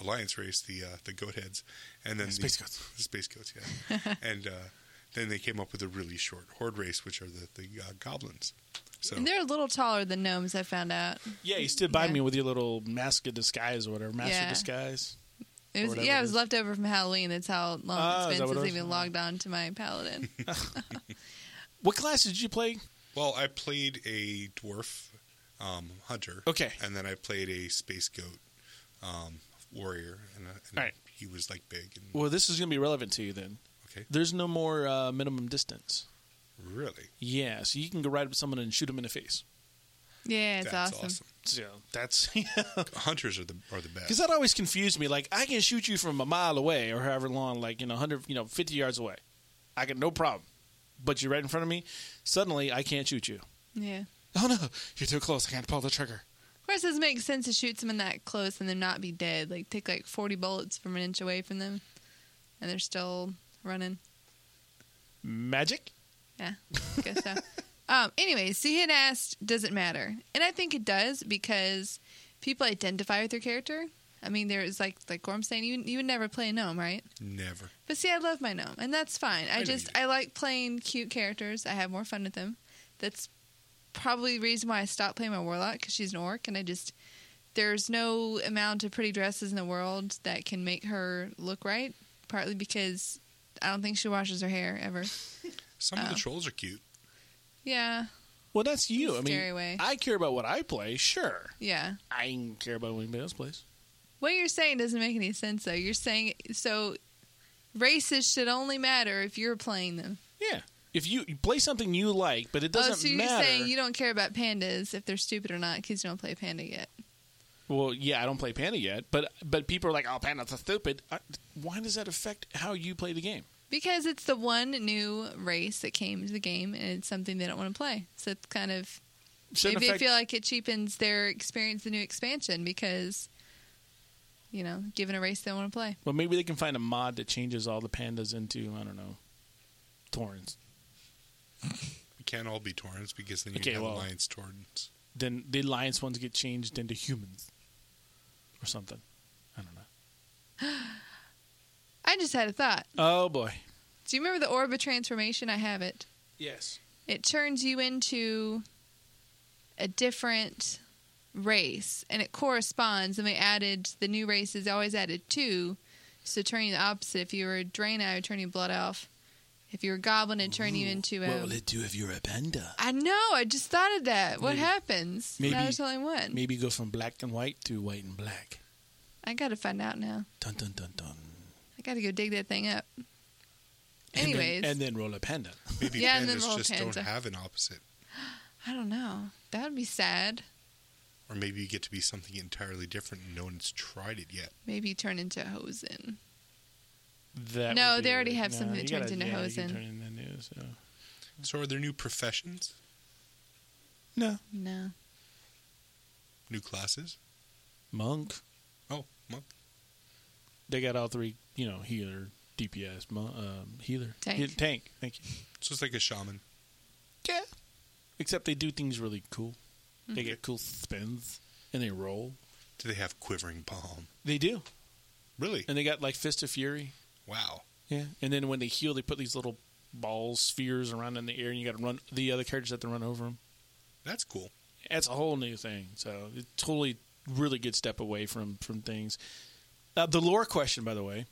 alliance race, the uh, the goat heads, and then Space the, goats. the space goats, yeah, and uh, then they came up with a really short horde race, which are the the uh, goblins. So And they're a little taller than gnomes, I found out. Yeah, you stood by Yeah. me with your little mask of disguise or whatever, master Yeah. disguise. It was whatever yeah, it it was is. left over from Halloween. That's how long Ah, is it's that been what since it I've was? been logged on to my paladin. What class did you play? well, I played a dwarf um, hunter, Okay. and then I played a space goat um, warrior, and, uh and All right. he was like big and Well, this is going to be relevant to you then. okay, There's no more uh, minimum distance. really, Yeah, so you can go right up to someone and shoot them in the face. Yeah, it's that's awesome. So that's because Hunters are the are the best. that always confused me. Like I can shoot you from a mile away or however long, like you know, hundred, you know, fifty yards away. I can no problem. But you're right in front of me. Suddenly, I can't shoot you. Yeah. Oh no, you're too close. I can't pull the trigger. Of course, it doesn't make sense to shoot someone that close and then not be dead. Like, take like 40 bullets from an inch away from them, and they're still running. Magic? Yeah, guess so. um, anyway, so he had asked, does it matter? And I think it does because people identify with their character. I mean, there's like like Gorm saying you you would never play a gnome, right? Never. But see, I love my gnome, and that's fine. I, know just you I like playing cute characters. I have more fun with them. That's probably the reason why I stopped playing my warlock because she's an orc, and I just there's no amount of pretty dresses in the world that can make her look right. Partly because I don't think she washes her hair ever. Some of the trolls are cute. Yeah, Well, that's you. I Scary mean, way. I care about what I play. Sure, yeah. I don't care about what anybody else plays. What you're saying doesn't make any sense, though. You're saying so races should only matter if you're playing them. Yeah, if you, you play something you like, but it doesn't oh, so you're matter. saying you don't care about pandas if they're stupid or not because you don't play panda yet. Well, yeah, I don't play Panda yet, but but people are like, "Oh, Panda's stupid." I, why does that affect how you play the game? Because it's the one new race that came to the game, and it's something they don't want to play. So it's kind of Shouldn't maybe affect- they feel like it cheapens their experience, the new expansion, because you know, given a race they don't want to play. Well, maybe they can find a mod that changes all the pandas into I don't know, Torrens. We can't all be Torrens because then you Okay, have well- alliance Torrens. Then the alliance ones get changed into humans, or something. I don't know. I just had a thought. Oh boy. Do you remember the orb of transformation? I have it. Yes. it turns you into a different race and it corresponds and they added the new races they always added two so turning the opposite if you were a drain it would turn your blood off if you were a goblin it'd turn you into a it do if you're a panda? I know I just thought of that what Maybe- happens maybe- now there's only one Maybe go from black and white to white and black. I gotta find out now Dun dun dun dun. I gotta go dig that thing up And then- anyways and then roll a panda. Maybe Yeah, and then pandas roll just panda. don't have an opposite. I don't know that would be sad Or maybe you get to be something entirely different and no one's tried it yet. maybe you turn into a hosen That No, would be they already weird. have No, something that you turns gotta- into yeah, you can hosen. turn it into, so. Hmm. So are there new professions? No, no New classes? monk. Oh, monk. They got all three, you know, healer, DPS, mon- um, healer, Tank. Heal- tank. Thank you. So it's like a shaman. Yeah. Except they do things really cool. They Mm-hmm. get cool spins and they roll. Do they have quivering palm? They do, Really? and they got like fist of fury. Wow. Yeah, and then when they heal, they put these little balls, spheres around in the air, and you got to run. The other characters have to run over them. That's cool. That's a whole new thing. So it's totally, really good step away from from things. Uh, the lore question, by the way,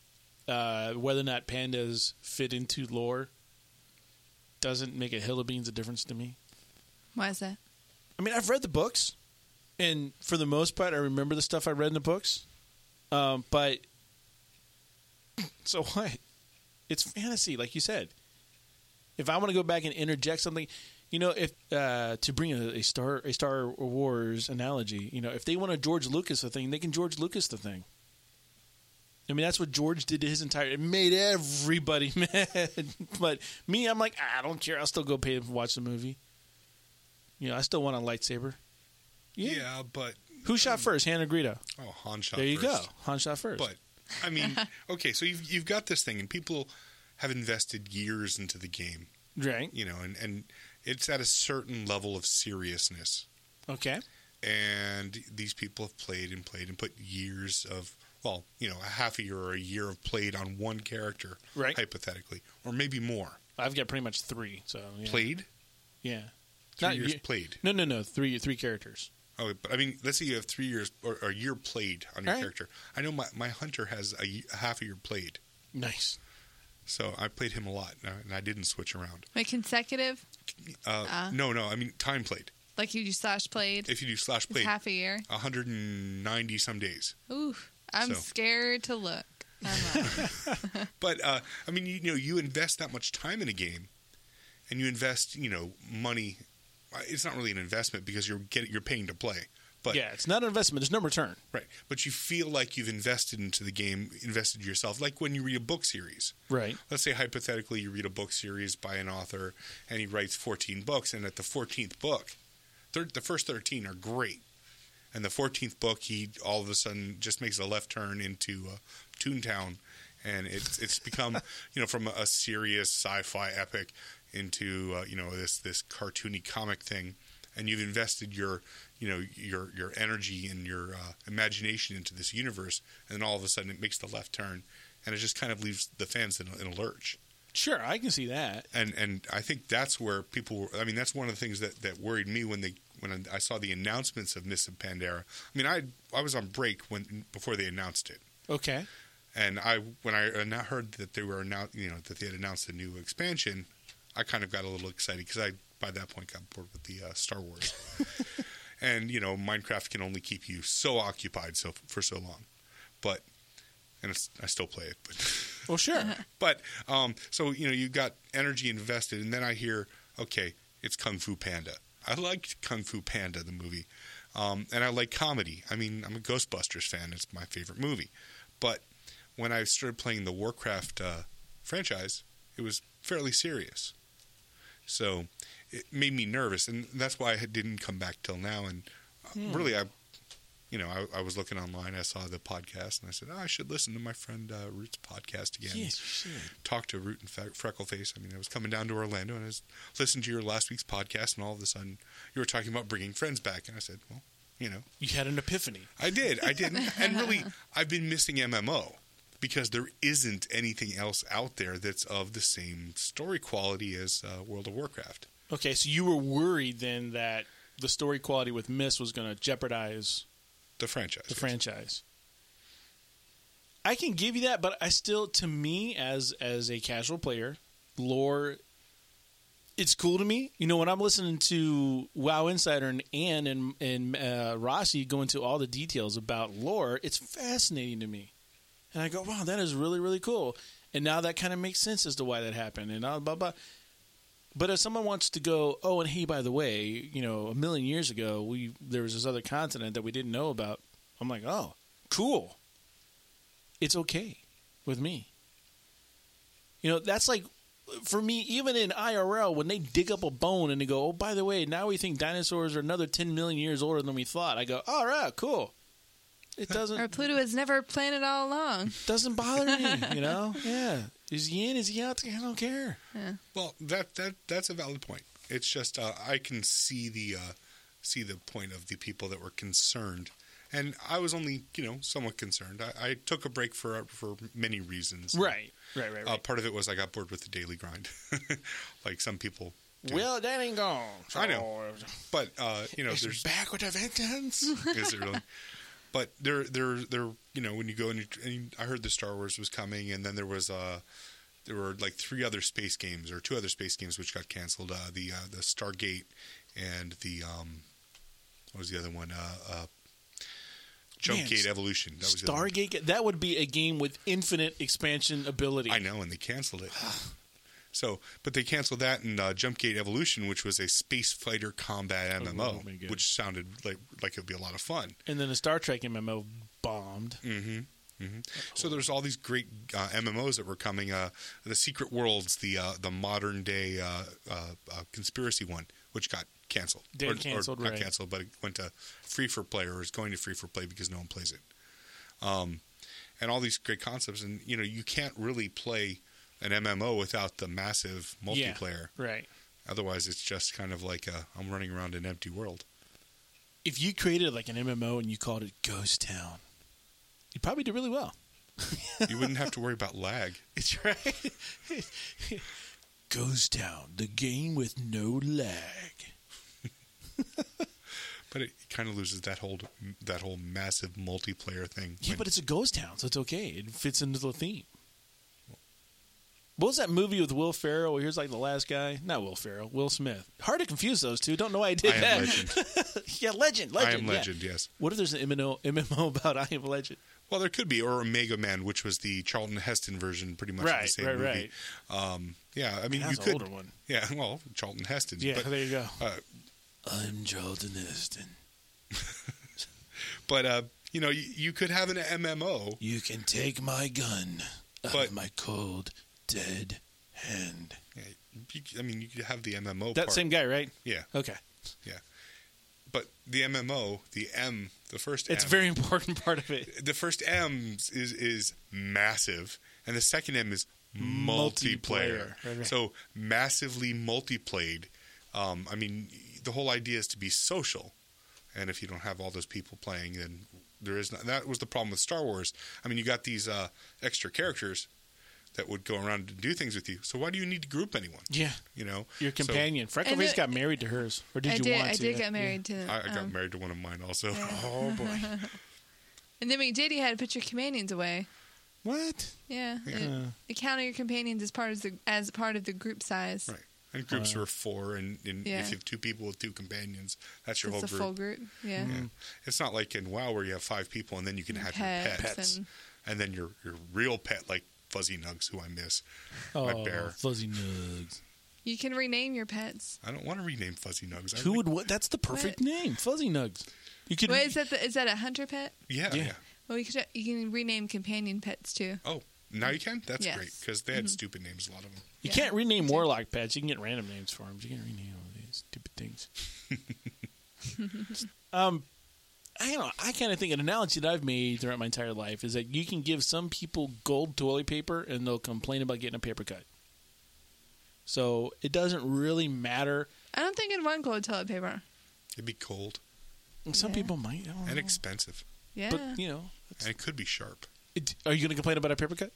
uh, whether or not pandas fit into lore doesn't make a hill of beans a difference to me. why is that I mean, I've read the books, and for the most part, I remember the stuff I read in the books. Um, but so what? It's fantasy, like you said. If I want to go back and interject something, you know, if uh, to bring a, a star a Star Wars analogy, you know, if they want to George Lucas the thing, they can George Lucas the thing. I mean, that's what George did to his entire. It made everybody mad, but me, I'm like, "Ah, I don't care. I'll still go pay and watch the movie. You know, I still want a lightsaber. Yeah, but Who shot first? Hannah Greedo. oh, Han Mm. shot There you first. go. Han shot first. But I mean, okay, so you've you've got this thing, and people have invested years into the game, right. you know, and and it's at a certain level of seriousness, Okay. and these people have played and played and put years of well, you know, a half a year or a year of played on one character, Right. Hypothetically, or maybe more I've got pretty much three. So yeah. played, Yeah. three Not years ye- played. No, no, no. Three three characters. Oh, but I mean, let's say you have three years or, or a year played on your All right. character. I know my, my hunter has a, y- a half a year played, Nice. so I played him a lot, and I, and I didn't switch around. like consecutive Uh, Ah. no, no. I mean, time played. like you do slash played If you do slash It's played, half a year. 190 some days. Ooh, I'm So. scared to look. I'm not. But uh, I mean, you, you know, you invest that much time in a game, and you invest, you know, money. Uh, It's not really an investment because you're getting you're paying to play. But yeah, it's not an investment. There's no return. right, but you feel like you've invested into the game, invested yourself. Like when you read a book series. Right. Let's say hypothetically, you read a book series by an author, and he writes 14 books, and at the 14th book, thir- the first 13 are great, and the 14th book, he all of a sudden just makes a left turn into uh, Toontown, and it's it's become you know from a, a serious sci-fi epic into uh, you know this this cartoony comic thing, and you've invested your you know your your energy and your uh, imagination into this universe, and then all of a sudden it makes the left turn, and it just kind of leaves the fans in, a- in a lurch. Sure, I can see that. And and I think that's where people. Were, I mean, that's one of the things that, that worried me when they when I saw the announcements of Miss Pandera. I mean, I I was on break when before they announced it. Okay. And I, when I anno- heard that they were announced, you know, that they had announced a new expansion, I kind of got a little excited because I, by that point, got bored with the uh, Star Wars. and you know, Minecraft can only keep you so occupied so for so long. But, and it's, I still play it, but. Well, sure. But um, so you know, you got energy invested, and then I hear, okay, it's Kung Fu Panda. I liked Kung Fu Panda the movie, um, and I like comedy. I mean, I'm a Ghostbusters fan; it's my favorite movie. But when I started playing the Warcraft uh, franchise, it was fairly serious, so it made me nervous, and that's why I didn't come back till now. And uh, really, I. You know, I, I was looking online. I saw the podcast, and I said, oh, "I should listen to my friend uh, Root's podcast again." Yes, sure. talked to Root and Fe- Freckleface. I mean, I was coming down to Orlando and I was listening to your last week's podcast, and all of a sudden you were talking about bringing friends back, and I said, well, you know, You had an epiphany. I did, I did, and really, I've been missing MMO because there isn't anything else out there that's of the same story quality as uh, World of Warcraft. Okay, so you were worried then that the story quality with Miss was going to jeopardize The franchise. the franchise. I can give you that, but I still, to me, as as a casual player, lore, it's cool to me. You know, when I'm listening to WoW Insider and Ann and and uh, Rossi go into all the details about lore, it's fascinating to me, and I go, "Wow, that is really really cool." And now that kind of makes sense as to why that happened, and uh, blah blah. But if someone wants to go, oh, and hey, by the way, you know, a million years ago, we there was this other continent that we didn't know about. I'm like, oh, cool. It's okay with me. You know, that's like for me, even in IRL, when they dig up a bone and they go, oh, by the way, now we think dinosaurs are another 10 million years older than we thought. I go, all right, cool. It Or doesn't Pluto is never a planet all along. doesn't bother me, you know. Yeah, is he in? Is he out? I don't care. Well, that that that's a valid point. It's just uh, I can see the uh, see the point of the people that were concerned, and I was only you know somewhat concerned. I, I took a break for for many reasons. Right, right, right, right. Uh, part of it was I got bored with the daily grind, like some people. do. well, that ain't gone. Oh, I know. But uh, you know, there's back with a vengeance. is it really? But there, there, there. You know, when you go and, you, and you- I heard the Star Wars was coming, and then there was uh, there were like three other space games or two other space games which got canceled. Uh, the uh, the Stargate and the um, what was the other one? Uh, uh, Man, Jumpgate S- Evolution. That was the other one. Stargate. That would be a game with infinite expansion ability. I know, and they canceled it. So, but they canceled that and uh, Jumpgate Evolution, which was a space fighter combat MMO, Oh, my God. which sounded like like it'd be a lot of fun. And then the Star Trek MMO bombed. Mm-hmm. So there's all these great uh, MMOs that were coming. Uh, the Secret Worlds, the uh, the modern day uh, uh, uh, conspiracy one, which got canceled. They canceled, not right. canceled, but it went to free for play, or is going to free for play because no one plays it. Um, and all these great concepts, and you know you can't really play an MMO without the massive Yeah. multiplayer. Right. Otherwise, it's just kind of like uh, I'm running around an empty world. If you created like an MMO and you called it Ghost Town, you'd probably do really well. You wouldn't have to worry about lag. It's right. Ghost Town, the game with no lag. But it kind of loses that whole that whole massive multiplayer thing. Yeah, when- but it's a ghost town, so it's okay. It fits into the theme. What was that movie with Will Ferrell? Where he was like the last guy, not Will Ferrell, Will Smith. Hard to confuse those two. Don't know why I did I that. am legend. yeah, legend, legend. I am yeah. legend. Yes. What if there's an MMO, MMO about I am legend? Well, there could be, or Omega Man, which was the Charlton Heston version, pretty much of the Right, same right, movie. Um, yeah, I mean, That's you an could. older one. Yeah, well, Charlton Heston. Yeah, but, there you go. Uh, I'm Charlton Heston. but uh, you know, you, you could have an MMO. You can take my gun out But- of my cold, dead hand. Yeah, you, I mean, you could have the MMO. That part. same guy, right? Yeah, Okay, yeah. But the MMO, the M, the first. it's a M, very important part of it. The first M is is massive, and the second M is multiplayer. Multiplayer, right, right. So massively multiplayed. Um, I mean, the whole idea is to be social, and if you don't have all those people playing, then there is not. That was the problem with Star Wars. I mean, you got these uh, extra characters that would go around and do things with you. So why do you need to group anyone? Yeah. You know, Your So companion. And Freckleface the- got married to hers. Or did I you did. want I to? did Yeah. get married to. I, I got um, married to one of mine also. Oh, boy. And then when you did, you had to put your companions away. what? Yeah, Yeah. You- you counted your companions as part of the as part of the group size. Right. And groups were four, and, and Uh, Yeah. if you have two people with two companions, that's your It's a whole group. full group. Yeah. Yeah. It's not like in WoW where you have five people and then you can have Pets your pets, and- and, then your your real pet like Fuzzy Nugs, who I miss. Oh, bear. fuzzy nugs. You can rename your pets. I don't want to rename Fuzzy Nugs. I Who like- would? What? That's the perfect name, fuzzy nugs. You could. Wait, is that the, is that a hunter pet? Yeah, Yeah. yeah. Well, you could you can rename companion pets too. Oh, now you can. That's Yes. Mm-hmm. great because they had stupid names. A lot of them. you yeah. can't rename warlock pets. You can get random names for them. You can't rename all these stupid things. um, I don't know. I kind of think an analogy that I've made throughout my entire life is that you can give some people gold toilet paper and they'll complain about getting a paper cut. So it doesn't really matter. I don't think I'd want gold toilet paper. It'd be cold Some Yeah. people might. I don't and know. expensive, Yeah, But you know, and it could be sharp. it, are you going to complain about a paper cut?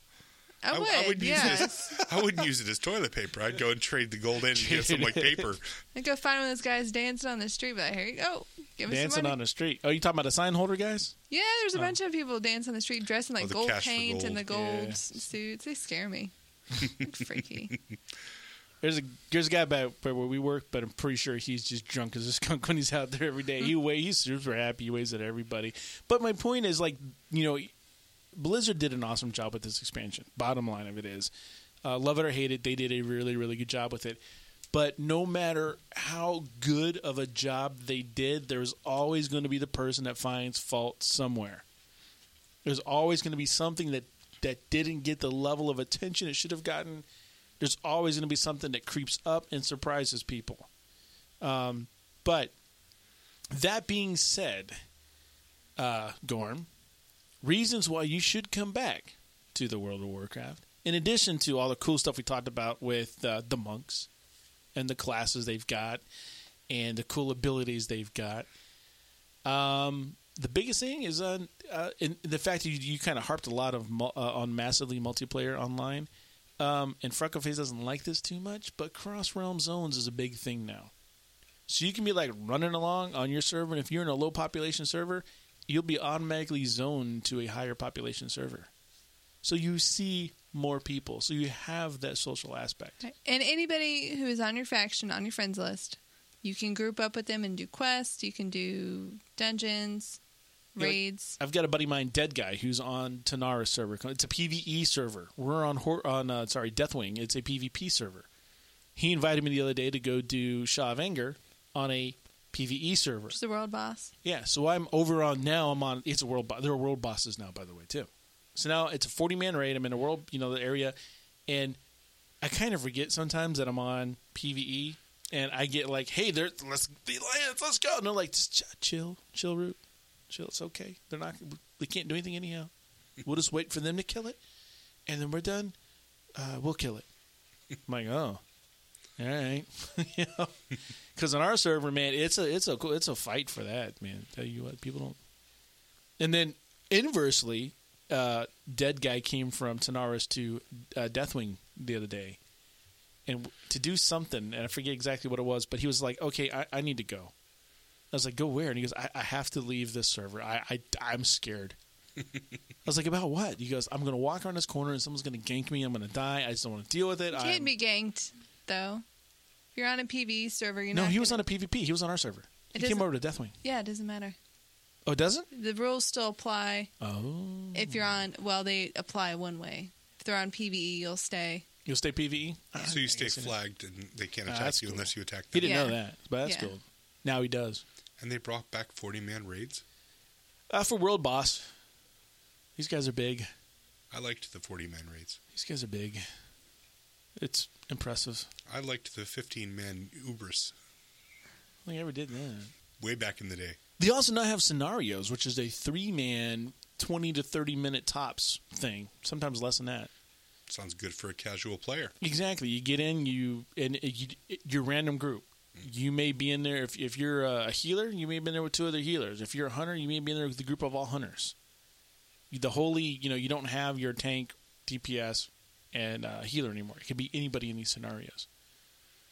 I would. I would use yes. I wouldn't use it as toilet paper. I'd go and trade the gold in and get some like paper. I'd go find one of those guys dancing on the street. But here you go. Give me some Dancing money. on Oh. the street. Oh, you talking about a sign holder, guys? yeah, there's a bunch of people dancing on the street dressed in like Oh, the gold cash for paint and gold. the gold Yeah. s- suits. They scare me. Look freaky. There's a there's a guy back where where we work, but I'm pretty sure he's just drunk as a skunk when he's out there every day. He way he's super happy. He waves at everybody. But my point is, like, you know, Blizzard did an awesome job with this expansion. Bottom line of it is, uh, love it or hate it, they did a really really good job with it. But no matter how good of a job they did, there's always going to be the person that finds fault somewhere. There's always going to be something that that didn't get the level of attention it should have gotten. There's always going to be something that creeps up and surprises people. Um, but that being said, uh, Gorm, reasons why you should come back to the World of Warcraft, in addition to all the cool stuff we talked about with uh, the monks and the classes they've got and the cool abilities they've got. Um, the biggest thing is on uh, in the fact that you, you kind of harped a lot of mul- uh, on massively multiplayer online. Um, and Freckleface doesn't like this too much, but cross realm zones is a big thing now. So you can be like running along on your server, and if you're in a low population server, you'll be automatically zoned to a higher population server. So you see more people. So you have that social aspect. And anybody who is on your faction, on your friends list, you can group up with them and do quests. You can do dungeons, You know, raids. I've got a buddy of mine, Dead Guy, who's on Tanara server. It's a PVE server. We're on Hor- on uh, sorry Deathwing. It's a PvP server. He invited me the other day to go do Shaw of Anger on a PVE server. Who's the world boss? Yeah, so I'm over on now. I'm on. It's a world. Bo- there are world bosses now, by the way, too. So now it's a 40 man raid. I'm in a world, you know, the area, and I kind of forget sometimes that I'm on PVE, and I get like, "Hey, there, let's the alliance, let's go," and they're like, "Just ch- chill, chill, root, chill. It's okay. They're not. They can't do anything anyhow. We'll just wait for them to kill it, and then we're done. Uh, we'll kill it." I'm like, "Oh, all right," you know. Because on our server, man, it's a it's a cool- it's a fight for that, man. Tell you what, people don't. And then inversely, uh, dead guy came from Tanaris to uh, Deathwing the other day, and w- to do something, and I forget exactly what it was, but he was like, "Okay, I, I need to go." I was like, "Go where?" And he goes, "I, I have to leave this server. I, I I'm scared." I was like, "About what?" He goes, "I'm gonna walk around this corner, and someone's gonna gank me. I'm gonna die. I just don't want to deal with it." You I'm- can't be ganked though. If you're on a PVE server, you're no, not. he gonna- was on a PvP. He was on our server. It he came doesn't- over to Deathwing. Yeah, it doesn't matter. Oh, it doesn't? The rules still apply Oh. if you're on. Well, they apply one way. If they're on PVE, you'll stay. You'll stay PvE? Ah, So I you stay guess I didn't- flagged, and they can't Ah, attack that's you cool. unless you attack He them. didn't Yeah. know that, but that's Yeah. cool. Now he does. And they brought back forty man raids. Uh, for World Boss, these guys are big. I liked the forty man raids. These guys are big. It's impressive. I liked the fifteen man Ubers I don't think I ever did that. way back in the day. They also now have scenarios, which is a three man, 20 to 30 minute tops thing, sometimes less than that. Sounds good for a casual player. Exactly. You get in, you and you, your random group. you may be in there if, if you're a healer you may be in there with two other healers if you're a hunter you may be in there with the group of all hunters You- the holy you know you don't have your tank dps and uh, healer anymore it could be anybody in these scenarios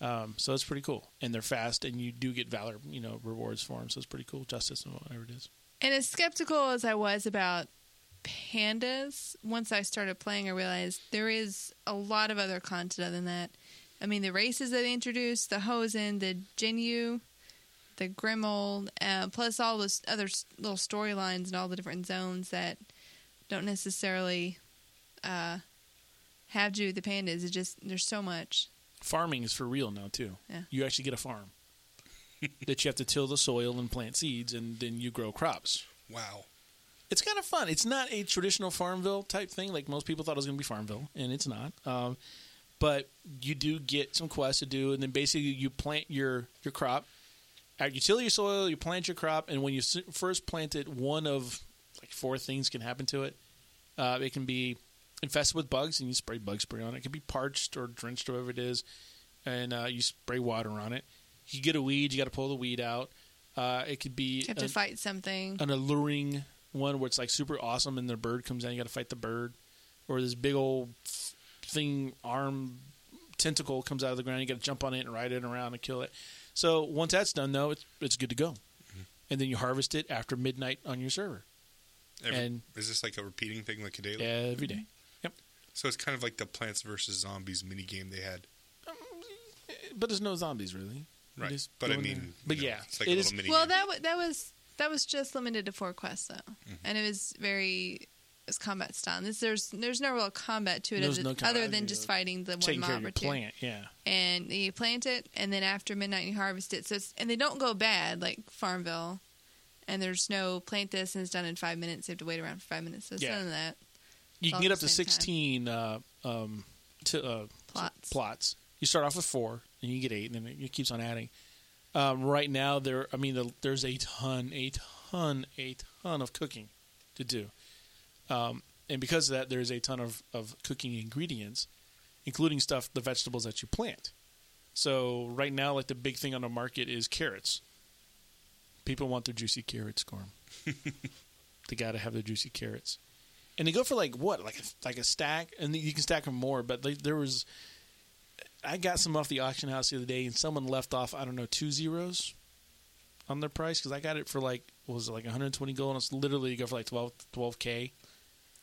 um, so it's pretty cool and they're fast and you do get valor you know rewards for them so it's pretty cool justice and whatever it is And as skeptical as I was about pandas, once I started playing, I realized there is a lot of other content other than that. I mean, the races that they introduced, the Hosen, the Jinyu, the Grimold, uh, plus all those other s- little storylines and all the different zones that don't necessarily uh, have to do with the pandas. It just, there's so much. farming is for real now too Yeah. you actually get a farm that you have to till the soil and plant seeds and then you grow crops Wow. it's kind of fun. It's not a traditional Farmville type thing, like most people thought it was going to be Farmville, and it's not. Um, but you do get some quests to do, and then basically you plant your your crop. Uh, You till your soil, you plant your crop, and when you s- first plant it, one of like four things can happen to it. Uh, it can be infested with bugs, and you spray bug spray on it. It can be parched or drenched, or whatever it is, and uh, you spray water on it. You get a weed, you got to pull the weed out. Uh, it could be You have to an- fight something. an alluring one where it's like super awesome and the bird comes down you gotta fight the bird or this big old f- thing arm tentacle comes out of the ground you gotta jump on it and ride it around and kill it so once that's done though it's, it's good to go and then you harvest it after midnight on your server Every, And- is this like a repeating thing, like a daily? every day So it's kind of like the Plants vs Zombies mini game they had, but there's no zombies really You right? just But go I in mean, there. you but know, yeah it's like a it little is- mini Well, game. that wa that was that was just limited to four quests though, and it was very it was combat style. This, there's there's no real combat to it, There's other, no combat. other than You're just fighting the one taking care mob of or your two. plant yeah And you plant it, and then after midnight you harvest it. So it's, and they don't go bad like Farmville, and there's no plant this and it's done in five minutes. You have to wait around for five minutes. So it's Yeah. none of that. you can all get at up the to same time. 16 uh, um, to, uh, Plots. plots. You start off with four, and you get eight, and then it keeps on adding. Um, right now, there, I mean, the, there's a ton, a ton, a ton of cooking to do, um, and because of that, there's a ton of, of cooking ingredients, including stuff, the vegetables that you plant. So right now, like the big thing on the market is carrots. People want their juicy carrots, Gorm. they got to have their juicy carrots and they go for like what like a, like a stack and you can stack them more but like, there was i got some off the auction house the other day and someone left off i don't know two zeros on their price because i got it for like what was it like 120 gold and it's literally go for like 12 12k For a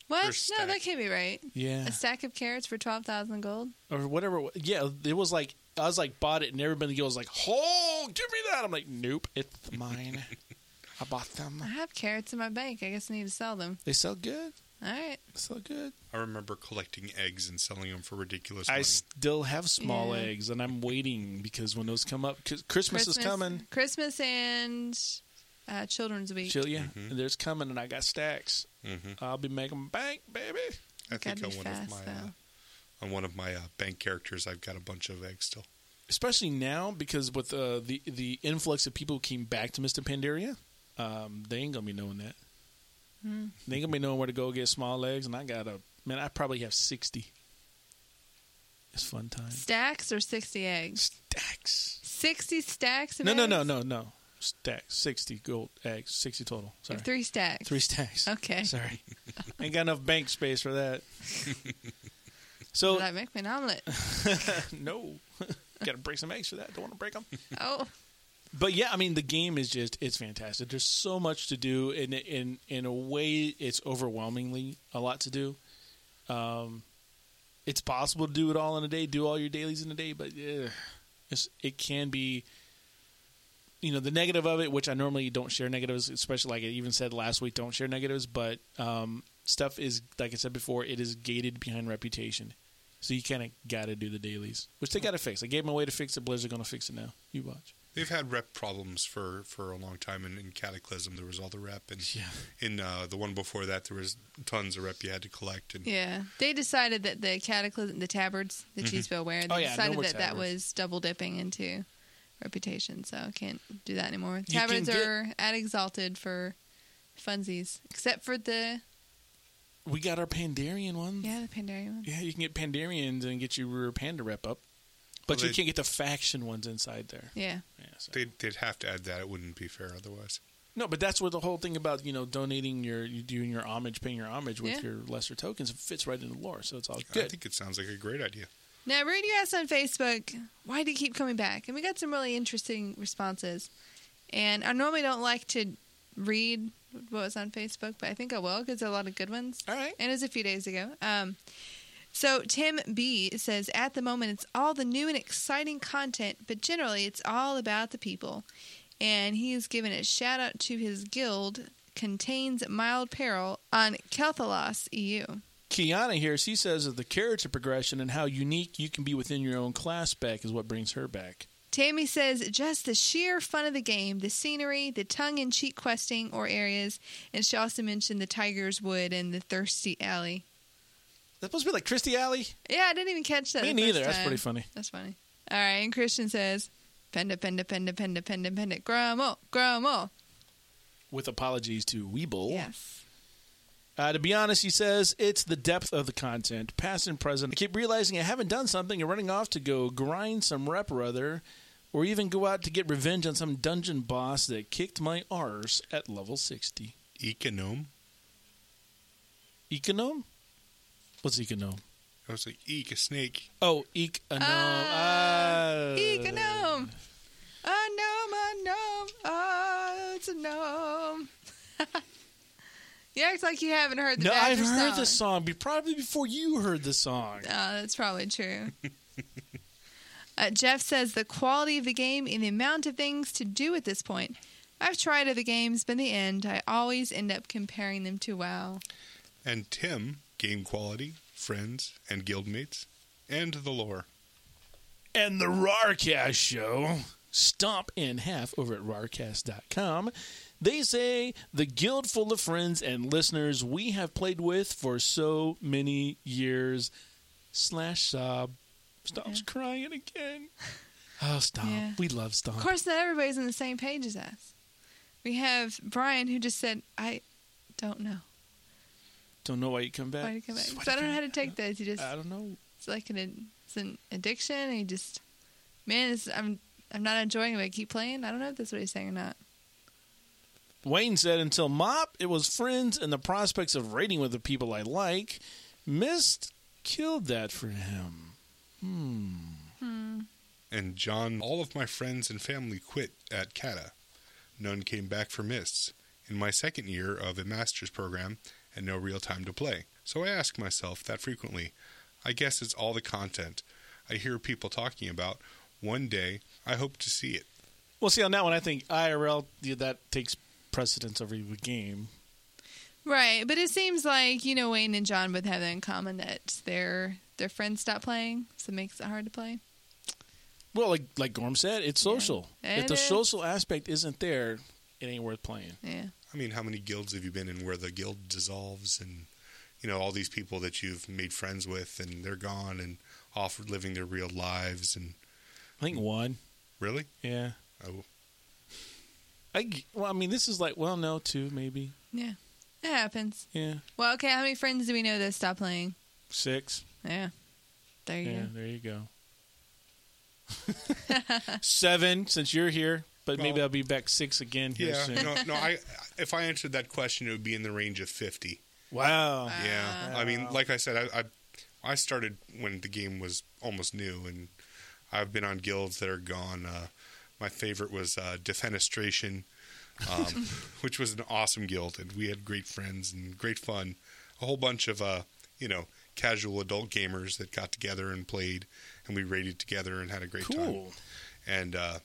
What? No, stack. that can't be right. yeah A stack of carrots for twelve thousand gold. or whatever it wa- yeah it was like i was like bought it and everybody goes like oh give me that i'm like nope it's mine i bought them I have carrots in my bank. I guess I need to sell them. they sell good All right. they sell good I remember collecting eggs and selling them for ridiculous i money. still have small Yeah. eggs and i'm waiting because when those come up because christmas is coming Christmas and uh, Children's Week. Chill, yeah. There's coming, and I got stacks. hmm I'll be making bank, baby. I think Gotta on be one fast, of my uh, though. on one of my uh, bank characters, I've got a bunch of eggs still. Especially now because with uh, the the influx of people who came back to Mister Pandaria, um, they ain't gonna be knowing that. Hmm. They ain't gonna be knowing where to go get small legs, and I got a man. I probably have sixty. It's fun time. Stacks or 60 eggs? Stacks. 60 stacks of No, eggs? no, no, no, no. Stacks. Sixty gold eggs. Sixty total. Sorry. Three stacks. Three stacks. Okay. Sorry. ain't got enough bank space for that. So Will that make me an omelet? no. Got to break some eggs for that. Don't want to break them. Oh, But yeah, I mean, the game is just it's fantastic. There's so much to do, and in in a way, it's overwhelmingly a lot to do. Um, it's possible to do it all in a day, do all your dailies in a day, but yeah, it's, it can be. You know the negative of it, which I normally don't share negatives, especially like I even said last week, don't share negatives. But um, stuff is like I said before, it is gated behind reputation, so you kind of got to do the dailies, which they got to fix. I gave them a way to fix it. Blizzard gonna fix it now. You watch. They've had rep problems for, for a long time. In, in Cataclysm, there was all the rep, and Yeah. in uh, the one before that, there was tons of rep you had to collect. And yeah. They decided that the cataclysm, the tabards that you still wear, they Oh, yeah, no decided more that that tabards. was double dipping into reputation, so I can't do that anymore. You can Tabards get- are at exalted for funsies, except for the, We got our Pandarian one. yeah, the Pandarian one. Yeah, you can get Pandarians and get your panda rep up. But Well, you they- can't get the faction ones inside there. Yeah. Yeah, so- They'd, they'd have to add that. It wouldn't be fair otherwise. No, but that's where the whole thing about you know donating your you doing your homage, paying your homage with Yeah. your lesser tokens fits right into lore, so it's all I good. think it sounds like a great idea. Now, Rudy asked on Facebook, why do you keep coming back? And we got some really interesting responses. And I normally don't like to read what was on Facebook, but I think I will because there are a lot of good ones. all right, And it was a few days ago. Um, so Tim B says, at the moment, it's all the new and exciting content, but generally, it's all about the people. And he has given a shout out to his guild, Contains Mild Peril, on E Kel'Thalas EU. Kiana here. She says that the character progression and how unique you can be within your own class back is what brings her back. Tammy says just the sheer fun of the game, the scenery, the tongue in cheek questing or areas, and she also mentioned the Tiger's Wood and the Thirsty Alley. That's supposed to be like Christy Alley. Yeah, I didn't even catch that. Me the first neither. That's time. pretty funny. That's funny. All right, and Christian says, Penda, Penda, Penda, Penda, Penda, Penda, Grummo, Grummo. With apologies to Weeble. Yes. Uh, to be honest, he says it's the depth of the content, past and present. I keep realizing I haven't done something and running off to go grind some rep or other, or even go out to get revenge on some dungeon boss that kicked my arse at level 60. Econome? Econome? What's econome? I was like, eek, a snake. Oh, econome. Ah. Eek, a gnome. A gnome, a gnome. Oh, it's a gnome. you act like you haven't heard the No, I've Badger heard song. the song be probably before you heard the song. Oh, that's probably true. uh, Jeff says the quality of the game and the amount of things to do at this point. I've tried other games, but in the end, I always end up comparing them to WoW. And Tim, game quality, friends, and guildmates, and the lore. and the Rarcast show. Stomp in half over at rarcast.com. They say the guild full of friends and listeners we have played with for so many years. Slash sob. Stomp's crying again. Oh, Stomp. Yeah. We love Of Stomp. course, not everybody's on the same page as us. We have Brian who just said, "I don't know Don't know why you come back. why to come back Why 'Cause you I don't know how to back? Uh, take this." He just I don't know. it's like an it's an addiction. And he just man, it's, I'm I'm not enjoying it. but I keep playing. I don't know if that's what he's saying or not. Wayne said, until Mop, it was friends and the prospects of raiding with the people I like. Mist killed that for him. And John, all of my friends and family quit at Cata. None came back for Mists in my second year of a master's program and no real time to play. So I ask myself that frequently. I guess it's all the content I hear people talking about. One day, I hope to see it. Well, see on that one, I think IRL yeah, that takes precedence over the game. Right, but it seems like you know Wayne and John both have that in common that their their friends stop playing, so it makes it hard to play. Well, like like Gorm said, it's social. if It the is. social aspect isn't there, it ain't worth playing. Yeah, I mean, how many guilds have you been in where the guild dissolves and, you know, all these people that you've made friends with and they're gone and off living their real lives and I think one. really? Yeah. Oh, I g- well, I mean, this is like well, no, two maybe. yeah, it happens. Yeah, Well, okay, how many friends do we know that stop playing? six. Yeah, there you Yeah, go. there you go. Seven since you're here, but maybe Well- I'll be back six again. Here yeah. soon. No, no. I if I answered that question, it would be in the range of fifty. Wow. Yeah. I mean, like I said, I, I I started when the game was almost new, and I've been on guilds that are gone. Uh, my favorite was uh, Defenestration, um, which was an awesome guild, and we had great friends and great fun. A whole bunch of uh, you know casual adult gamers that got together and played, and we raided together and had a great time Cool. and uh,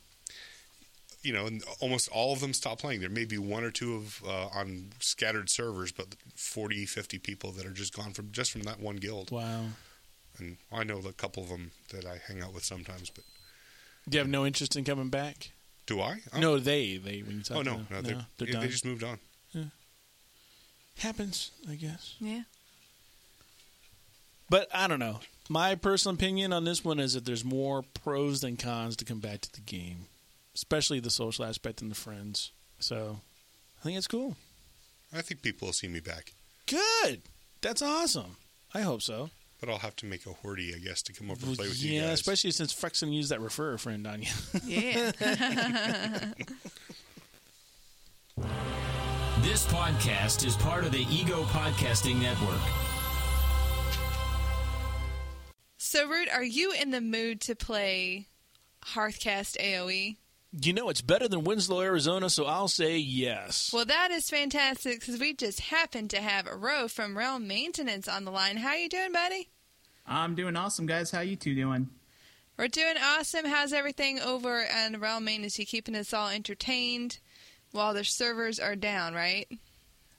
you know, and almost all of them stopped playing. There may be one or two of uh, on scattered servers, but 40, 50 people that are just gone from just from that one guild. Wow. And I know a couple of them that I hang out with sometimes, but Do you have no interest in coming back? do I? I'm- no, they they when you talk. Oh to no, them. no, they're, they're they- done. they just moved on. happens, I guess. Yeah, But I don't know. My personal opinion on this one is that there's more pros than cons to come back to the game, especially the social aspect and the friends. So I think it's cool. I think people will see me back. Good. That's awesome. I hope so. But I'll have to make a hordy, I guess, to come over Well, and play with you yeah, guys. especially since Frexon used that referrer friend on you. Yeah. This podcast is part of the Ego Podcasting Network. so, Root, are you in the mood to play Hearthcast E? AoE? you know, it's better than Winslow, Arizona, so I'll say yes. Well, that is fantastic because we just happened to have a row from Realm Maintenance on the line. How you doing, buddy? I'm doing awesome, guys. How you two doing? We're doing awesome. How's everything over on Realm Maintenance? You keeping us all entertained while their servers are down, right?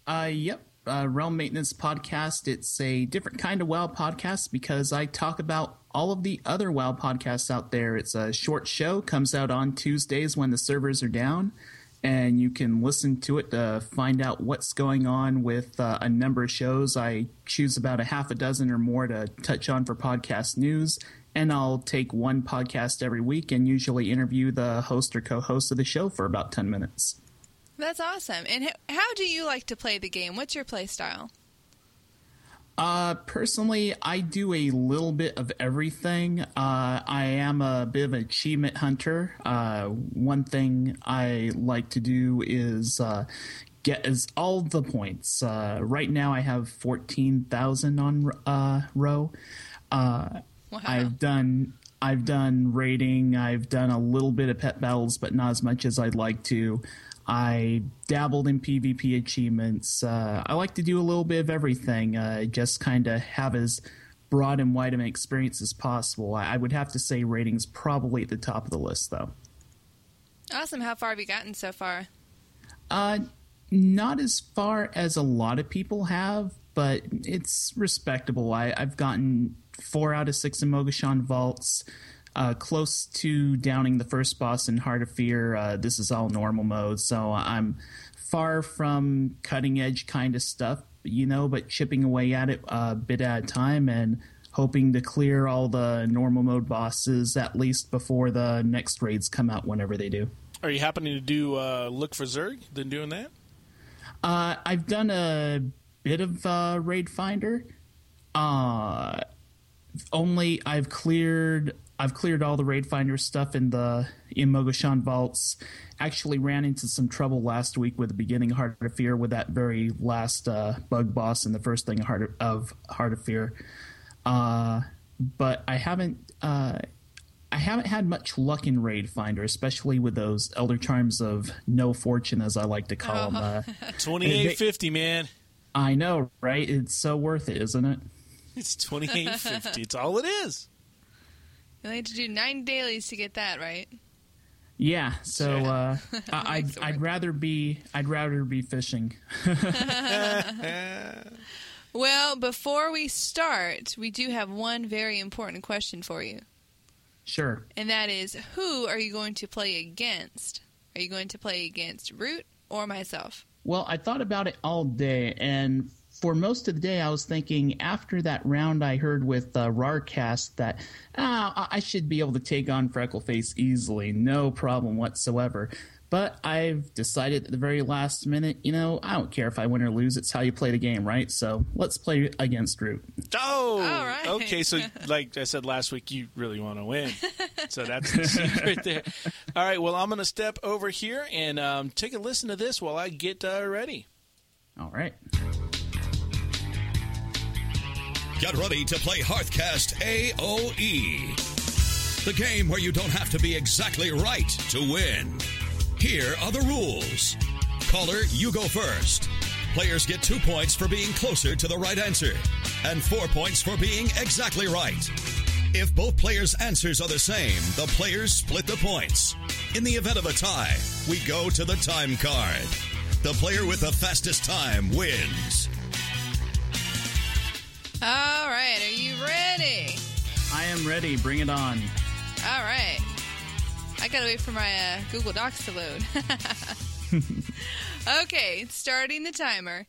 Uh, yep. Uh, Realm Maintenance Podcast. It's a different kind of WoW podcast because I talk about all of the other WoW podcasts out there. It's a short show, comes out on Tuesdays when the servers are down, and you can listen to it to find out what's going on with uh, a number of shows. I choose about a half a dozen or more to touch on for podcast news, and I'll take one podcast every week and usually interview the host or co host of the show for about 10 minutes. That's awesome. And h- how do you like to play the game? What's your play style? Uh, personally, I do a little bit of everything. Uh, I am a bit of an achievement hunter. Uh, one thing I like to do is uh, get is all the points. Uh, right now, I have fourteen thousand on uh, row. Uh, Wow. I've done I've done raiding. I've done a little bit of pet battles, but not as much as I'd like to. I dabbled in PvP achievements. Uh, I like to do a little bit of everything. Uh, just kind of have as broad and wide of an experience as possible. I, I would have to say raiding's probably at the top of the list, though. Awesome. How far have you gotten so far? Uh, not as far as a lot of people have, but it's respectable. I, I've gotten four out of six in Mogashan vaults, uh, close to downing the first boss in Heart of Fear. Uh, this is all normal mode, so I'm far from cutting edge kind of stuff, you know, but chipping away at it a bit at a time and hoping to clear all the normal mode bosses at least before the next raids come out whenever they do. Are you happening to do uh, look for Zerg? Then doing that? Uh, I've done a bit of uh, Raid Finder. Uh, only I've cleared I've cleared all the Raid Finder stuff in the in Mogoshan vaults. Actually, ran into some trouble last week with the beginning of Heart of Fear with that very last uh, bug boss and the first thing of Heart of, of Heart of Fear. Uh, but I haven't. Uh, I haven't had much luck in Raid Finder, especially with those Elder Charms of No Fortune, as I like to call them. Uh, Twenty eight fifty, man. I know, right? It's so worth it, isn't it? It's twenty eight fifty. It's all it is. You only had to do nine dailies to get that, right? Yeah. So uh, I, Makes I'd, it worth I'd rather be I'd rather be fishing. Well, before we start, we do have one very important question for you. Sure. And that is who are you going to play against? Are you going to play against Root or myself? Well, I thought about it all day, and for most of the day, I was thinking after that round I heard with uh, Rarcast that ah, I I should be able to take on Freckleface easily, no problem whatsoever. But I've decided at the very last minute, you know, I don't care if I win or lose. It's how you play the game, right? So let's play against Root. Oh, All right. okay. So, like I said last week, you really want to win. So that's the secret there. All right. Well, I'm going to step over here and um, take a listen to this while I get uh, ready. All right. Get ready to play Hearthcast AOE, the game where you don't have to be exactly right to win. Here are the rules Caller, you go first. Players get two points for being closer to the right answer, and four points for being exactly right. If both players' answers are the same, the players split the points. In the event of a tie, we go to the time card. The player with the fastest time wins. All right, are you ready? I am ready. Bring it on. All right. I gotta wait for my uh, Google Docs to load. okay, starting the timer.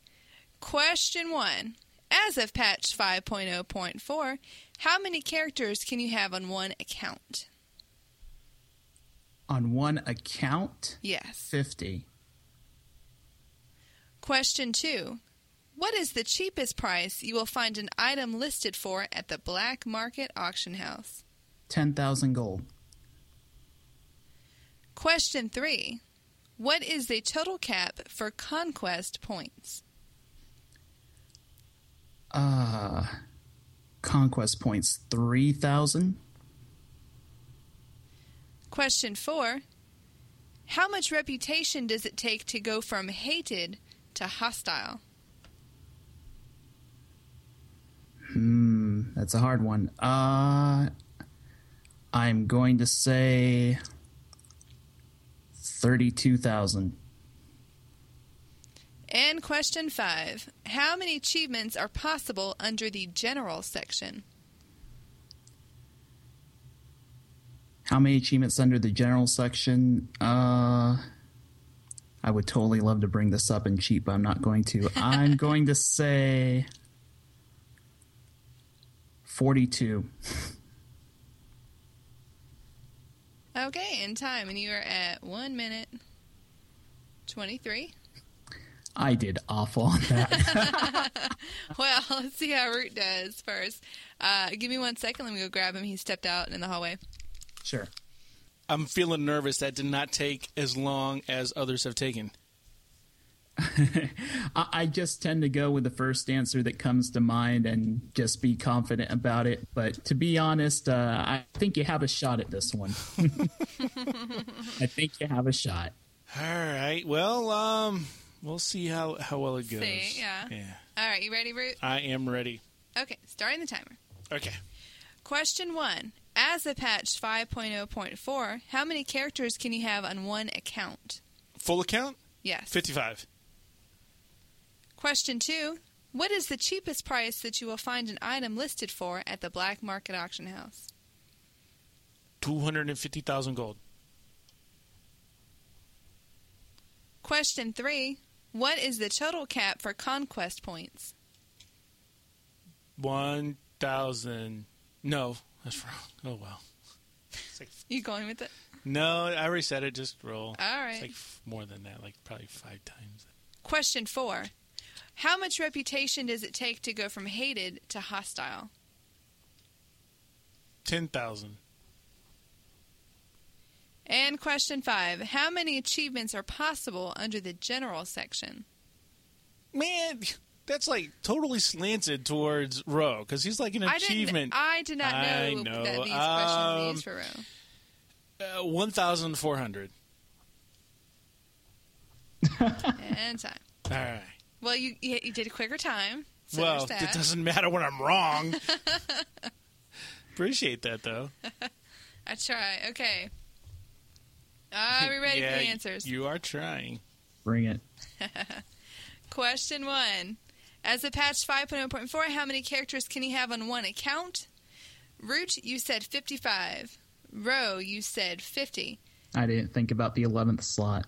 Question one. As of patch 5.0.4, how many characters can you have on one account? on one account Yes. 50 Question two. What is the cheapest price you will find an item listed for at the black market auction house? 10,000 gold. Question three What is the total cap for conquest points? Uh, conquest points 3,000. Question four How much reputation does it take to go from hated to hostile? Hmm, that's a hard one. Uh, I'm going to say 32,000. And question five How many achievements are possible under the general section? How many achievements under the general section? Uh, I would totally love to bring this up and cheat, but I'm not going to. I'm going to say 42. Okay, in time, and you are at one minute 23. I did awful on that. Well, let's see how Root does first. Uh, give me one second. Let me go grab him. He stepped out in the hallway. sure. I'm feeling nervous. That did not take as long as others have taken. I, I just tend to go with the first answer that comes to mind and just be confident about it. But to be honest, uh, I think you have a shot at this one. I think you have a shot. All right. Well, um, we'll see how, how well it goes. See, yeah. Yeah. All right, you ready, Root? I am ready. Okay, starting the timer. Okay. Question one. As a patch 5.0.4, how many characters can you have on one account? Full account? Yes. 55. Question two. What is the cheapest price that you will find an item listed for at the black market auction house? 250,000 gold. Question three. What is the total cap for conquest points? 1,000. No, that's wrong. Oh, well. You going with it? No, I already said it. Just roll. All It's right. like f- more than that, like probably five times. Question four. How much reputation does it take to go from hated to hostile? 10,000. And question five. How many achievements are possible under the general section? Man, that's like totally slanted towards Roe because he's like an I achievement. Didn't, I did not know, I know. that these questions were Um, used for row. uh, 1,400. And time. All right. Well, you you you did a quicker time. So well, there's it that. doesn't matter when I'm wrong. Appreciate that, though. I try. Okay. Are we ready yeah, for the y- answers? You are trying. Bring it. Question one. As a patch 5.0.4, how many characters can you have on one account? Root, you said 55. Row, you said 50. I didn't think about the 11th slot.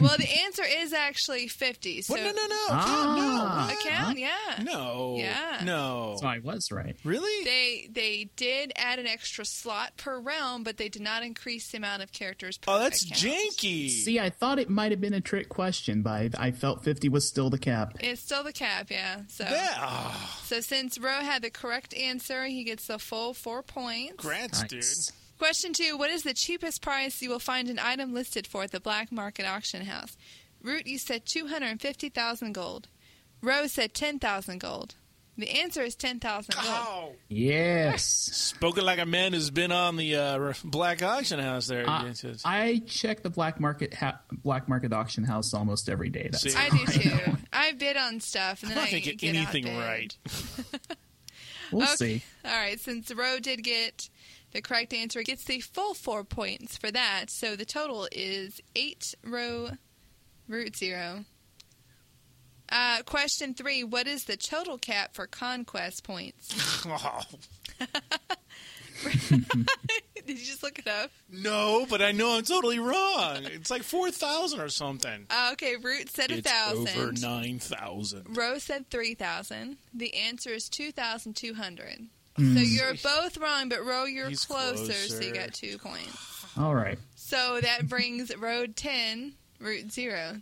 Well, the answer is actually 50. So Well, no, no, no. Ah. account, yeah. No. Yeah. No. So I was right. Really? They they did add an extra slot per realm, but they did not increase the amount of characters per oh, that's account. janky. See, I thought it might have been a trick question, but I, I felt 50 was still the cap. It's still the cap, yeah. So Yeah. Oh, So since Roe had the correct answer, he gets the full four points. congrats, Nice. dude. Question two What is the cheapest price you will find an item listed for at the black market auction house? Root, you said 250,000 gold. Roe said 10,000 gold. The answer is 10,000 gold. Yes. Spoken like a man who's been on the uh, r- black auction house there. I, Yes, yes. I check the black market ha- black market auction house almost every day. That's See? I do too. I bid on stuff and I'm then not I going to get, get anything outbid. right. We'll Okay. see. All right, since Roe did get the correct answer, gets the full four points for that. So the total is eight row root zero. Uh, question three What is the total cap for conquest points? Oh, did you just look it up? no, but I know I'm totally wrong. It's like 4,000 or something. Uh, okay, root said a It's over thousand. 9,000. Roe said 3,000. The answer is 2,200. So you're both wrong, but Roe, you're He's closer, so you closer. got two points. All right. So that brings road 10, route 0.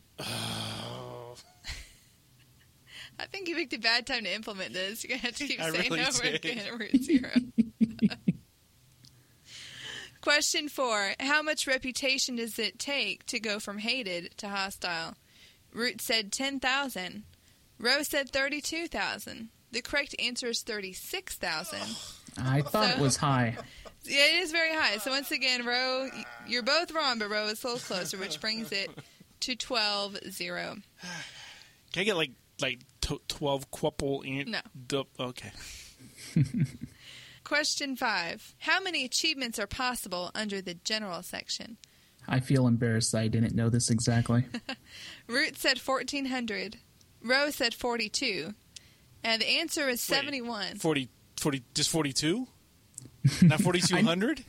I think you picked a bad time to implement this. You're going to have to keep I saying really over did. again Route Zero. Question four How much reputation does it take to go from hated to hostile? Root said 10,000. Roe said 32,000. The correct answer is 36,000. I thought it was high. Yeah, it is very high. So once again, Roe, y- you're both wrong, but Roe is a little closer, which brings it to 12-0. Can I get like like t- twelve quapple ant? No. dup- okay. Question five: How many achievements are possible under the general section? I feel embarrassed that I didn't know this exactly. Root said 1,400. Roe said 42. And the answer is 71. 40, 40 just forty two. Not forty two hundred.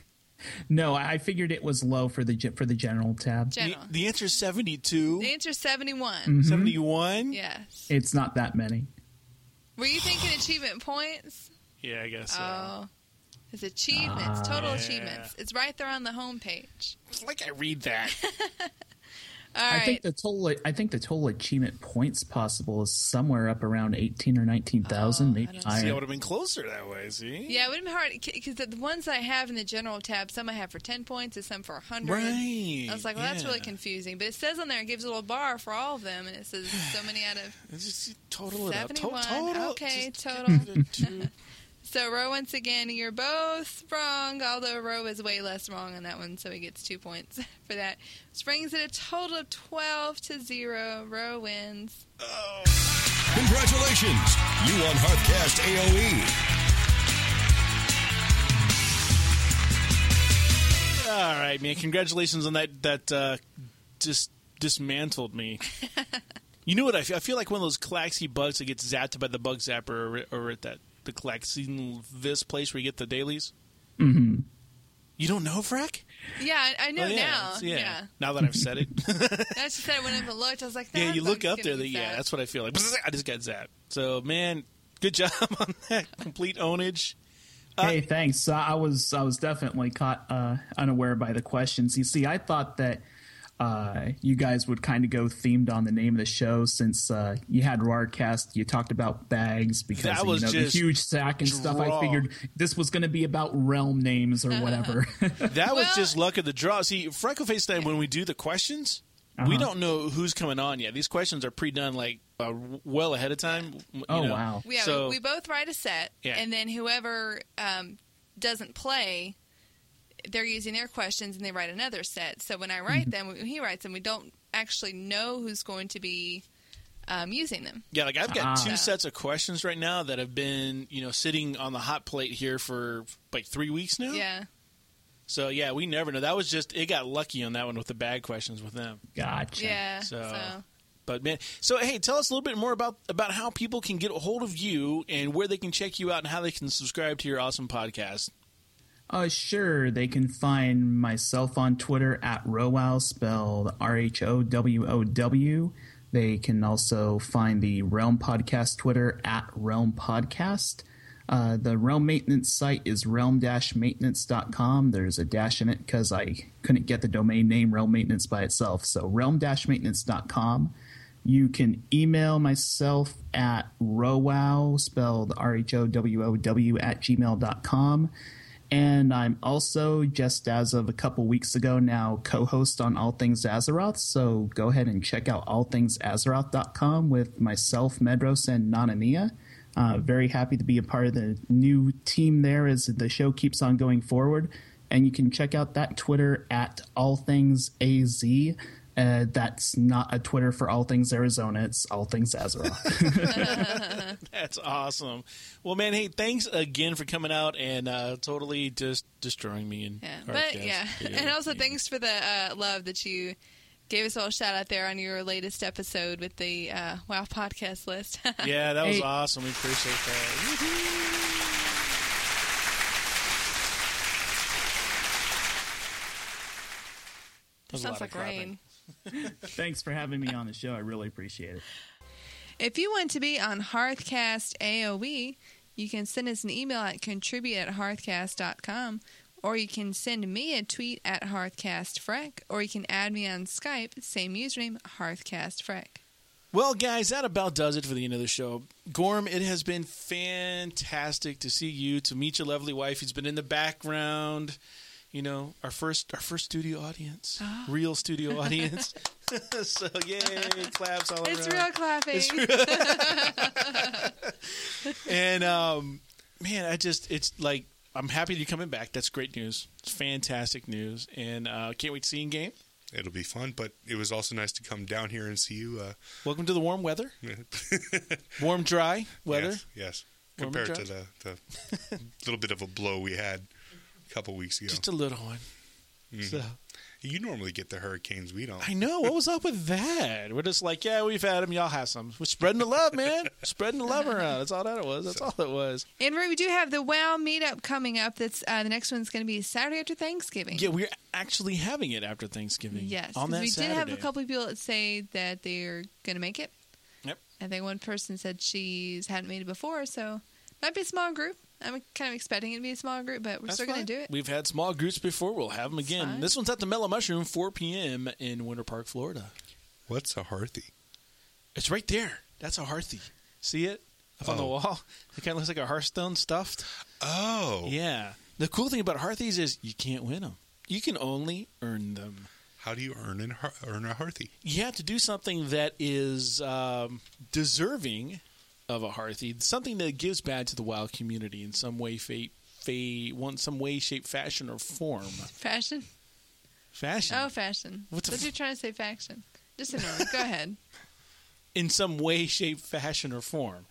No, I I figured it was low for the ge- for the general tab. The, General. the answer is seventy two. The answer is 71. Seventy one. Yes. It's not that many. Were you thinking achievement points? Yeah, I guess. So. Oh. It's achievements, Ah, total achievements. It's right there on the homepage. It's like I read that. All I right. think the total I think the total achievement points possible is somewhere up around eighteen or nineteen thousand, maybe See, I higher. would have been closer that way. See. Yeah, it would have been hard because the the ones I have in the general tab, some I have for 10 points and some for 100. Right, I was like, well, that's really yeah. confusing. But it says on there, it gives a little bar for all of them, and it says so many out of It's just total it up. To- 71. total. okay, just- total. two- so, Roe, once again, you're both wrong, although Roe is way less wrong on that one, so he gets two points for that. Which brings it a total of 12 to 0. Roe wins. Congratulations! You won Hearthcast E. AOE. All right, man. Congratulations on that. That uh, just dismantled me. you know what? I feel, I feel like one of those Klaxy bugs that gets zapped by the bug zapper or, or at that the Klaxy this place where you get the dailies. Mm-hmm. You don't know, Frack? Yeah, I- I know Oh, yeah, now. it's- Yeah. Now that I've said it. That's just that when I haven't looked, I was like, yeah, that you look bug's up there. gonna That, be yeah, fat. that's what I feel like. I just got zapped. So, man, good job on that complete ownage. hey, thanks. Uh, I was I was definitely caught uh, unaware by the questions. You see, I thought that uh, you guys would kind of go themed on the name of the show since uh, you had Roarcast. You talked about bags because That of, was you know, just the huge sack and stuff. I draw. figured this was going to be about realm names or whatever. That was Well- just luck of the draw. See, Freckleface then when we do the questions, Uh-huh. we don't know who's coming on yet. These questions are pre-done like uh, well ahead of time. you Oh, know. wow. Yeah, so we, we both write a set, Yeah. and then whoever um, doesn't play, they're using their questions, and they write another set. So when I Mm-hmm. write them, when he writes them, we don't actually know who's going to be um, using them. yeah, like I've got Ah. two sets of questions right now that have been you know sitting on the hot plate here for like three weeks now. Yeah, So yeah, we never know. That was just it got lucky on that one with the bag questions with them. gotcha. yeah. So, So- But man, so hey, tell us a little bit more about about how people can get a hold of you and where they can check you out and how they can subscribe to your awesome podcast. Uh, sure. They can find myself on Twitter at Rowow, spelled R H O W O W. They can also find the Realm Podcast Twitter at Realm Podcast. Uh, the Realm Maintenance site is realm maintenance.com. There's a dash in it because I couldn't get the domain name Realm Maintenance by itself. So realm maintenance.com. You can email myself at rowow, spelled R H O W O W, at gmail.com. And I'm also, just as of a couple weeks ago now, co host on All Things Azeroth. So go ahead and check out allthingsazeroth.com with myself, Medros, and Nanania. Uh, very happy to be a part of the new team there as the show keeps on going forward. And you can check out that Twitter at allthingsaz. Uh, that's not a Twitter for All Things Arizona. It's All Things Azeroth. That's awesome. Well, man, hey, thanks again for coming out and uh, totally just destroying me and yeah. our But guest. yeah, and also thanks for the uh, love that you gave us a little shout out there on your latest episode with the uh, Wow podcast list. Yeah, that was Hey. awesome. We appreciate that. was a sounds lot like of clapping. rain. Thanks for having me on the show. I really appreciate it. If you want to be on Hearthcast AOE, you can send us an email at contribute at hearthcast.com, or you can send me a tweet at hearthcastfreck, or you can add me on Skype, same username, hearthcastfreck. Well, guys, that about does it for the end of the show. Gorm, it has been fantastic to see you, to meet your lovely wife. He's been in the background. You know, our first our first studio audience, real studio audience. so yay, claps all It's around. real clapping. And um, man, I just it's like I'm happy that you're coming back. That's great news. It's fantastic news, and uh, can't wait to see you in game. It'll be fun, but it was also nice to come down here and see you. Uh, Welcome to the warm weather, warm dry weather. Yes, yes. Warm compared and to the, the little bit of a blow we had a couple weeks ago. Just a little one. So you normally get the hurricanes. We don't. I know what was up with that. We're just like, yeah, we've had them. Y'all have some. We're spreading the love, man. spreading the love around. That's all that it was. That's all it was. and we do have the WoW meetup coming up. That's uh, the next one's going to be Saturday after Thanksgiving. Yeah, we're actually having it after Thanksgiving. Yes, on 'cause that we Saturday. did have a couple of people that say that they're going to make it. Yep. I think one person said she's hadn't made it before, so might be a small group. I'm kind of expecting it to be a small group, but we're That's still going fine. to do it. We've had small groups before. We'll have them again. fine. This one's at the Mellow Mushroom, 4 p.m. in Winter Park, Florida. What's a hearthy? It's right there. That's a hearthy. See it up on the Oh. wall? It kind of looks like a Hearthstone stuffed. Oh, Yeah. The cool thing about hearthies is you can't win them. You can only earn them. how do you earn an har- earn a hearthy? you have to do something that is um, deserving of a Hearthy, something that gives back to the wild community in some way, fate, fate, one some way, shape, fashion, or form. Fashion? Fashion Oh, fashion. What the What f- you trying to say? Faction. Just ignore it. Go ahead. in some way, shape, fashion, or form.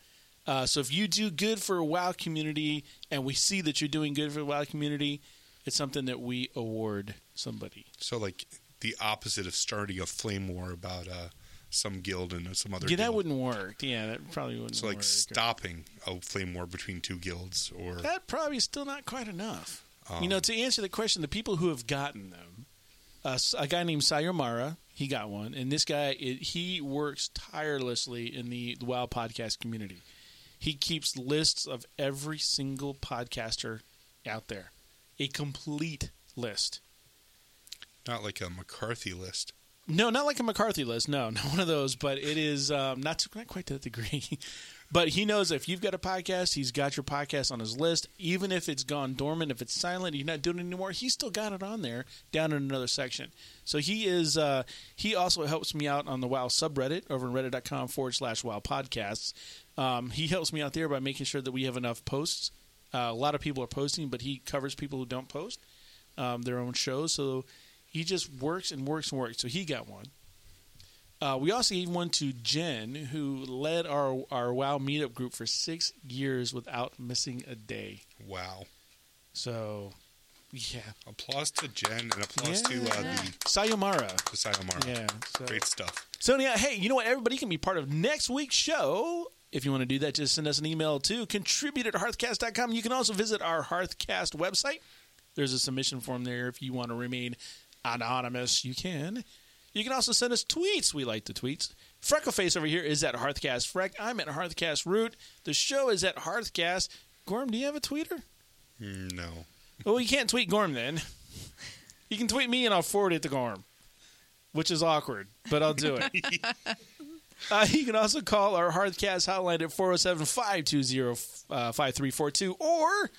Uh, so if you do good for a wild community, and we see that you're doing good for the wild community, it's something that we award somebody. So like the opposite of starting a flame war about uh, some guild and uh, some other. yeah, that guild. wouldn't work. Yeah, that probably wouldn't. So like work. stopping a flame war between two guilds, or That probably is still not quite enough. you know, to answer the question, the people who have gotten them, uh, s- a guy named Sayomara, he got one, and this guy, it, he works tirelessly in the, the WoW podcast community. He keeps lists of every single podcaster out there, a complete list. not like a McCarthy list. No, not like a McCarthy list. No, not one of those. But it is um, not to, not quite to that degree. but he knows if you've got a podcast, he's got your podcast on his list. Even if it's gone dormant, if it's silent, you're not doing it anymore. He's still got it on there, down in another section. So he is. Uh, he also helps me out on the WoW subreddit over on reddit.com forward slash WoW podcasts. Um, he helps me out there by making sure that we have enough posts. Uh, a lot of people are posting, but he covers people who don't post um, their own shows. So he just works and works and works. So he got one. Uh, we also gave one to Jen, who led our our WoW meetup group for six years without missing a day. Wow! So, yeah, Applause to Jen and applause to uh, Yeah. the, Sayomara. the Sayomara. Yeah. So. Great stuff. So anyhow, hey, you know what? Everybody can be part of next week's show. If you want to do that, just send us an email to contribute at hearthcast.com. You can also visit our Hearthcast website. There's a submission form there. If you want to remain anonymous, you can. You can also send us tweets. We like the tweets. Freckleface over here is at Hearthcast Freck. I'm at Hearthcast Root. The show is at Hearthcast. Gorm, do you have a tweeter? No, Well, you can't tweet Gorm then. You can tweet me and I'll forward it to Gorm, which is awkward, but I'll do it. uh, you can also call our Hearthcast hotline at 407 520 5342 or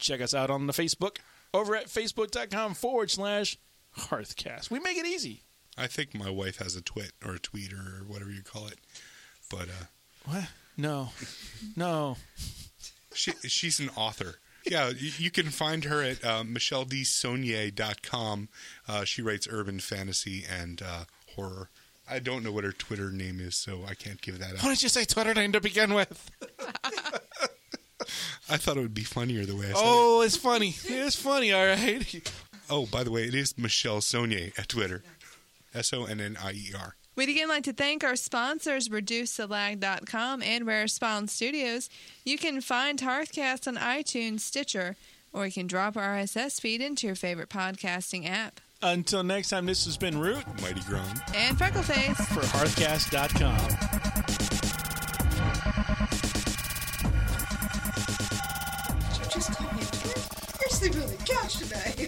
check us out on the Facebook over at facebook.com forward slash Hearthcast. We make it easy. I think my wife has a twit or a tweeter or whatever you call it, but uh, What? No. No. She, she's an author. Yeah, you, you can find her at uh, michelledsonier.com. Uh, she writes urban fantasy and uh, horror. I don't know what her Twitter name is, so I can't give that Why out. don't you say Twitter name to begin with? I thought it would be funnier the way I said it. Oh, it's funny. It's funny, all right. Oh, by the way, it is Michelle Sonier at Twitter. S O N N I E R. We'd again like to thank our sponsors, ReduceTheLag.com and Rare Spawn Studios. You can find Hearthcast on iTunes, Stitcher, or you can drop our RSS feed into your favorite podcasting app. Until next time, this has been Root Mighty Grown. And Freckleface. for Hearthcast.com. you just call me? You're sleeping on the couch tonight.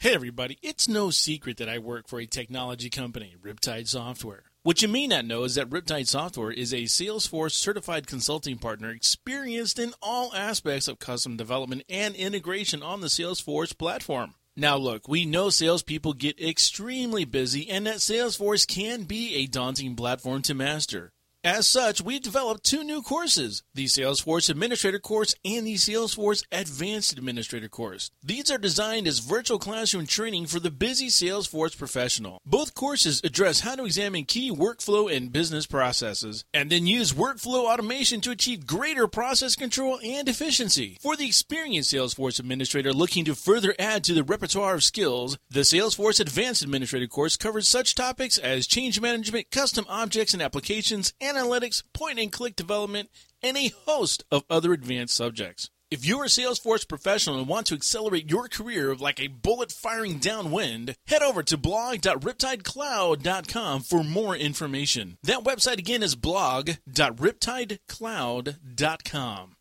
Hey, everybody, it's no secret that I work for a technology company, Riptide Software. What you may not know is that Riptide Software is a Salesforce certified consulting partner experienced in all aspects of custom development and integration on the Salesforce platform. Now, look, we know salespeople get extremely busy and that Salesforce can be a daunting platform to master. As such, we've developed two new courses the Salesforce Administrator course and the Salesforce Advanced Administrator course. These are designed as virtual classroom training for the busy Salesforce professional. Both courses address how to examine key workflow and business processes, and then use workflow automation to achieve greater process control and efficiency. For the experienced Salesforce Administrator looking to further add to the repertoire of skills, the Salesforce Advanced Administrator course covers such topics as change management, custom objects and applications, analytics, point and click development, and a host of other advanced subjects. If you're a Salesforce professional and want to accelerate your career like a bullet firing downwind, head over to blog.riptidecloud.com for more information. That website again is blog.riptidecloud.com.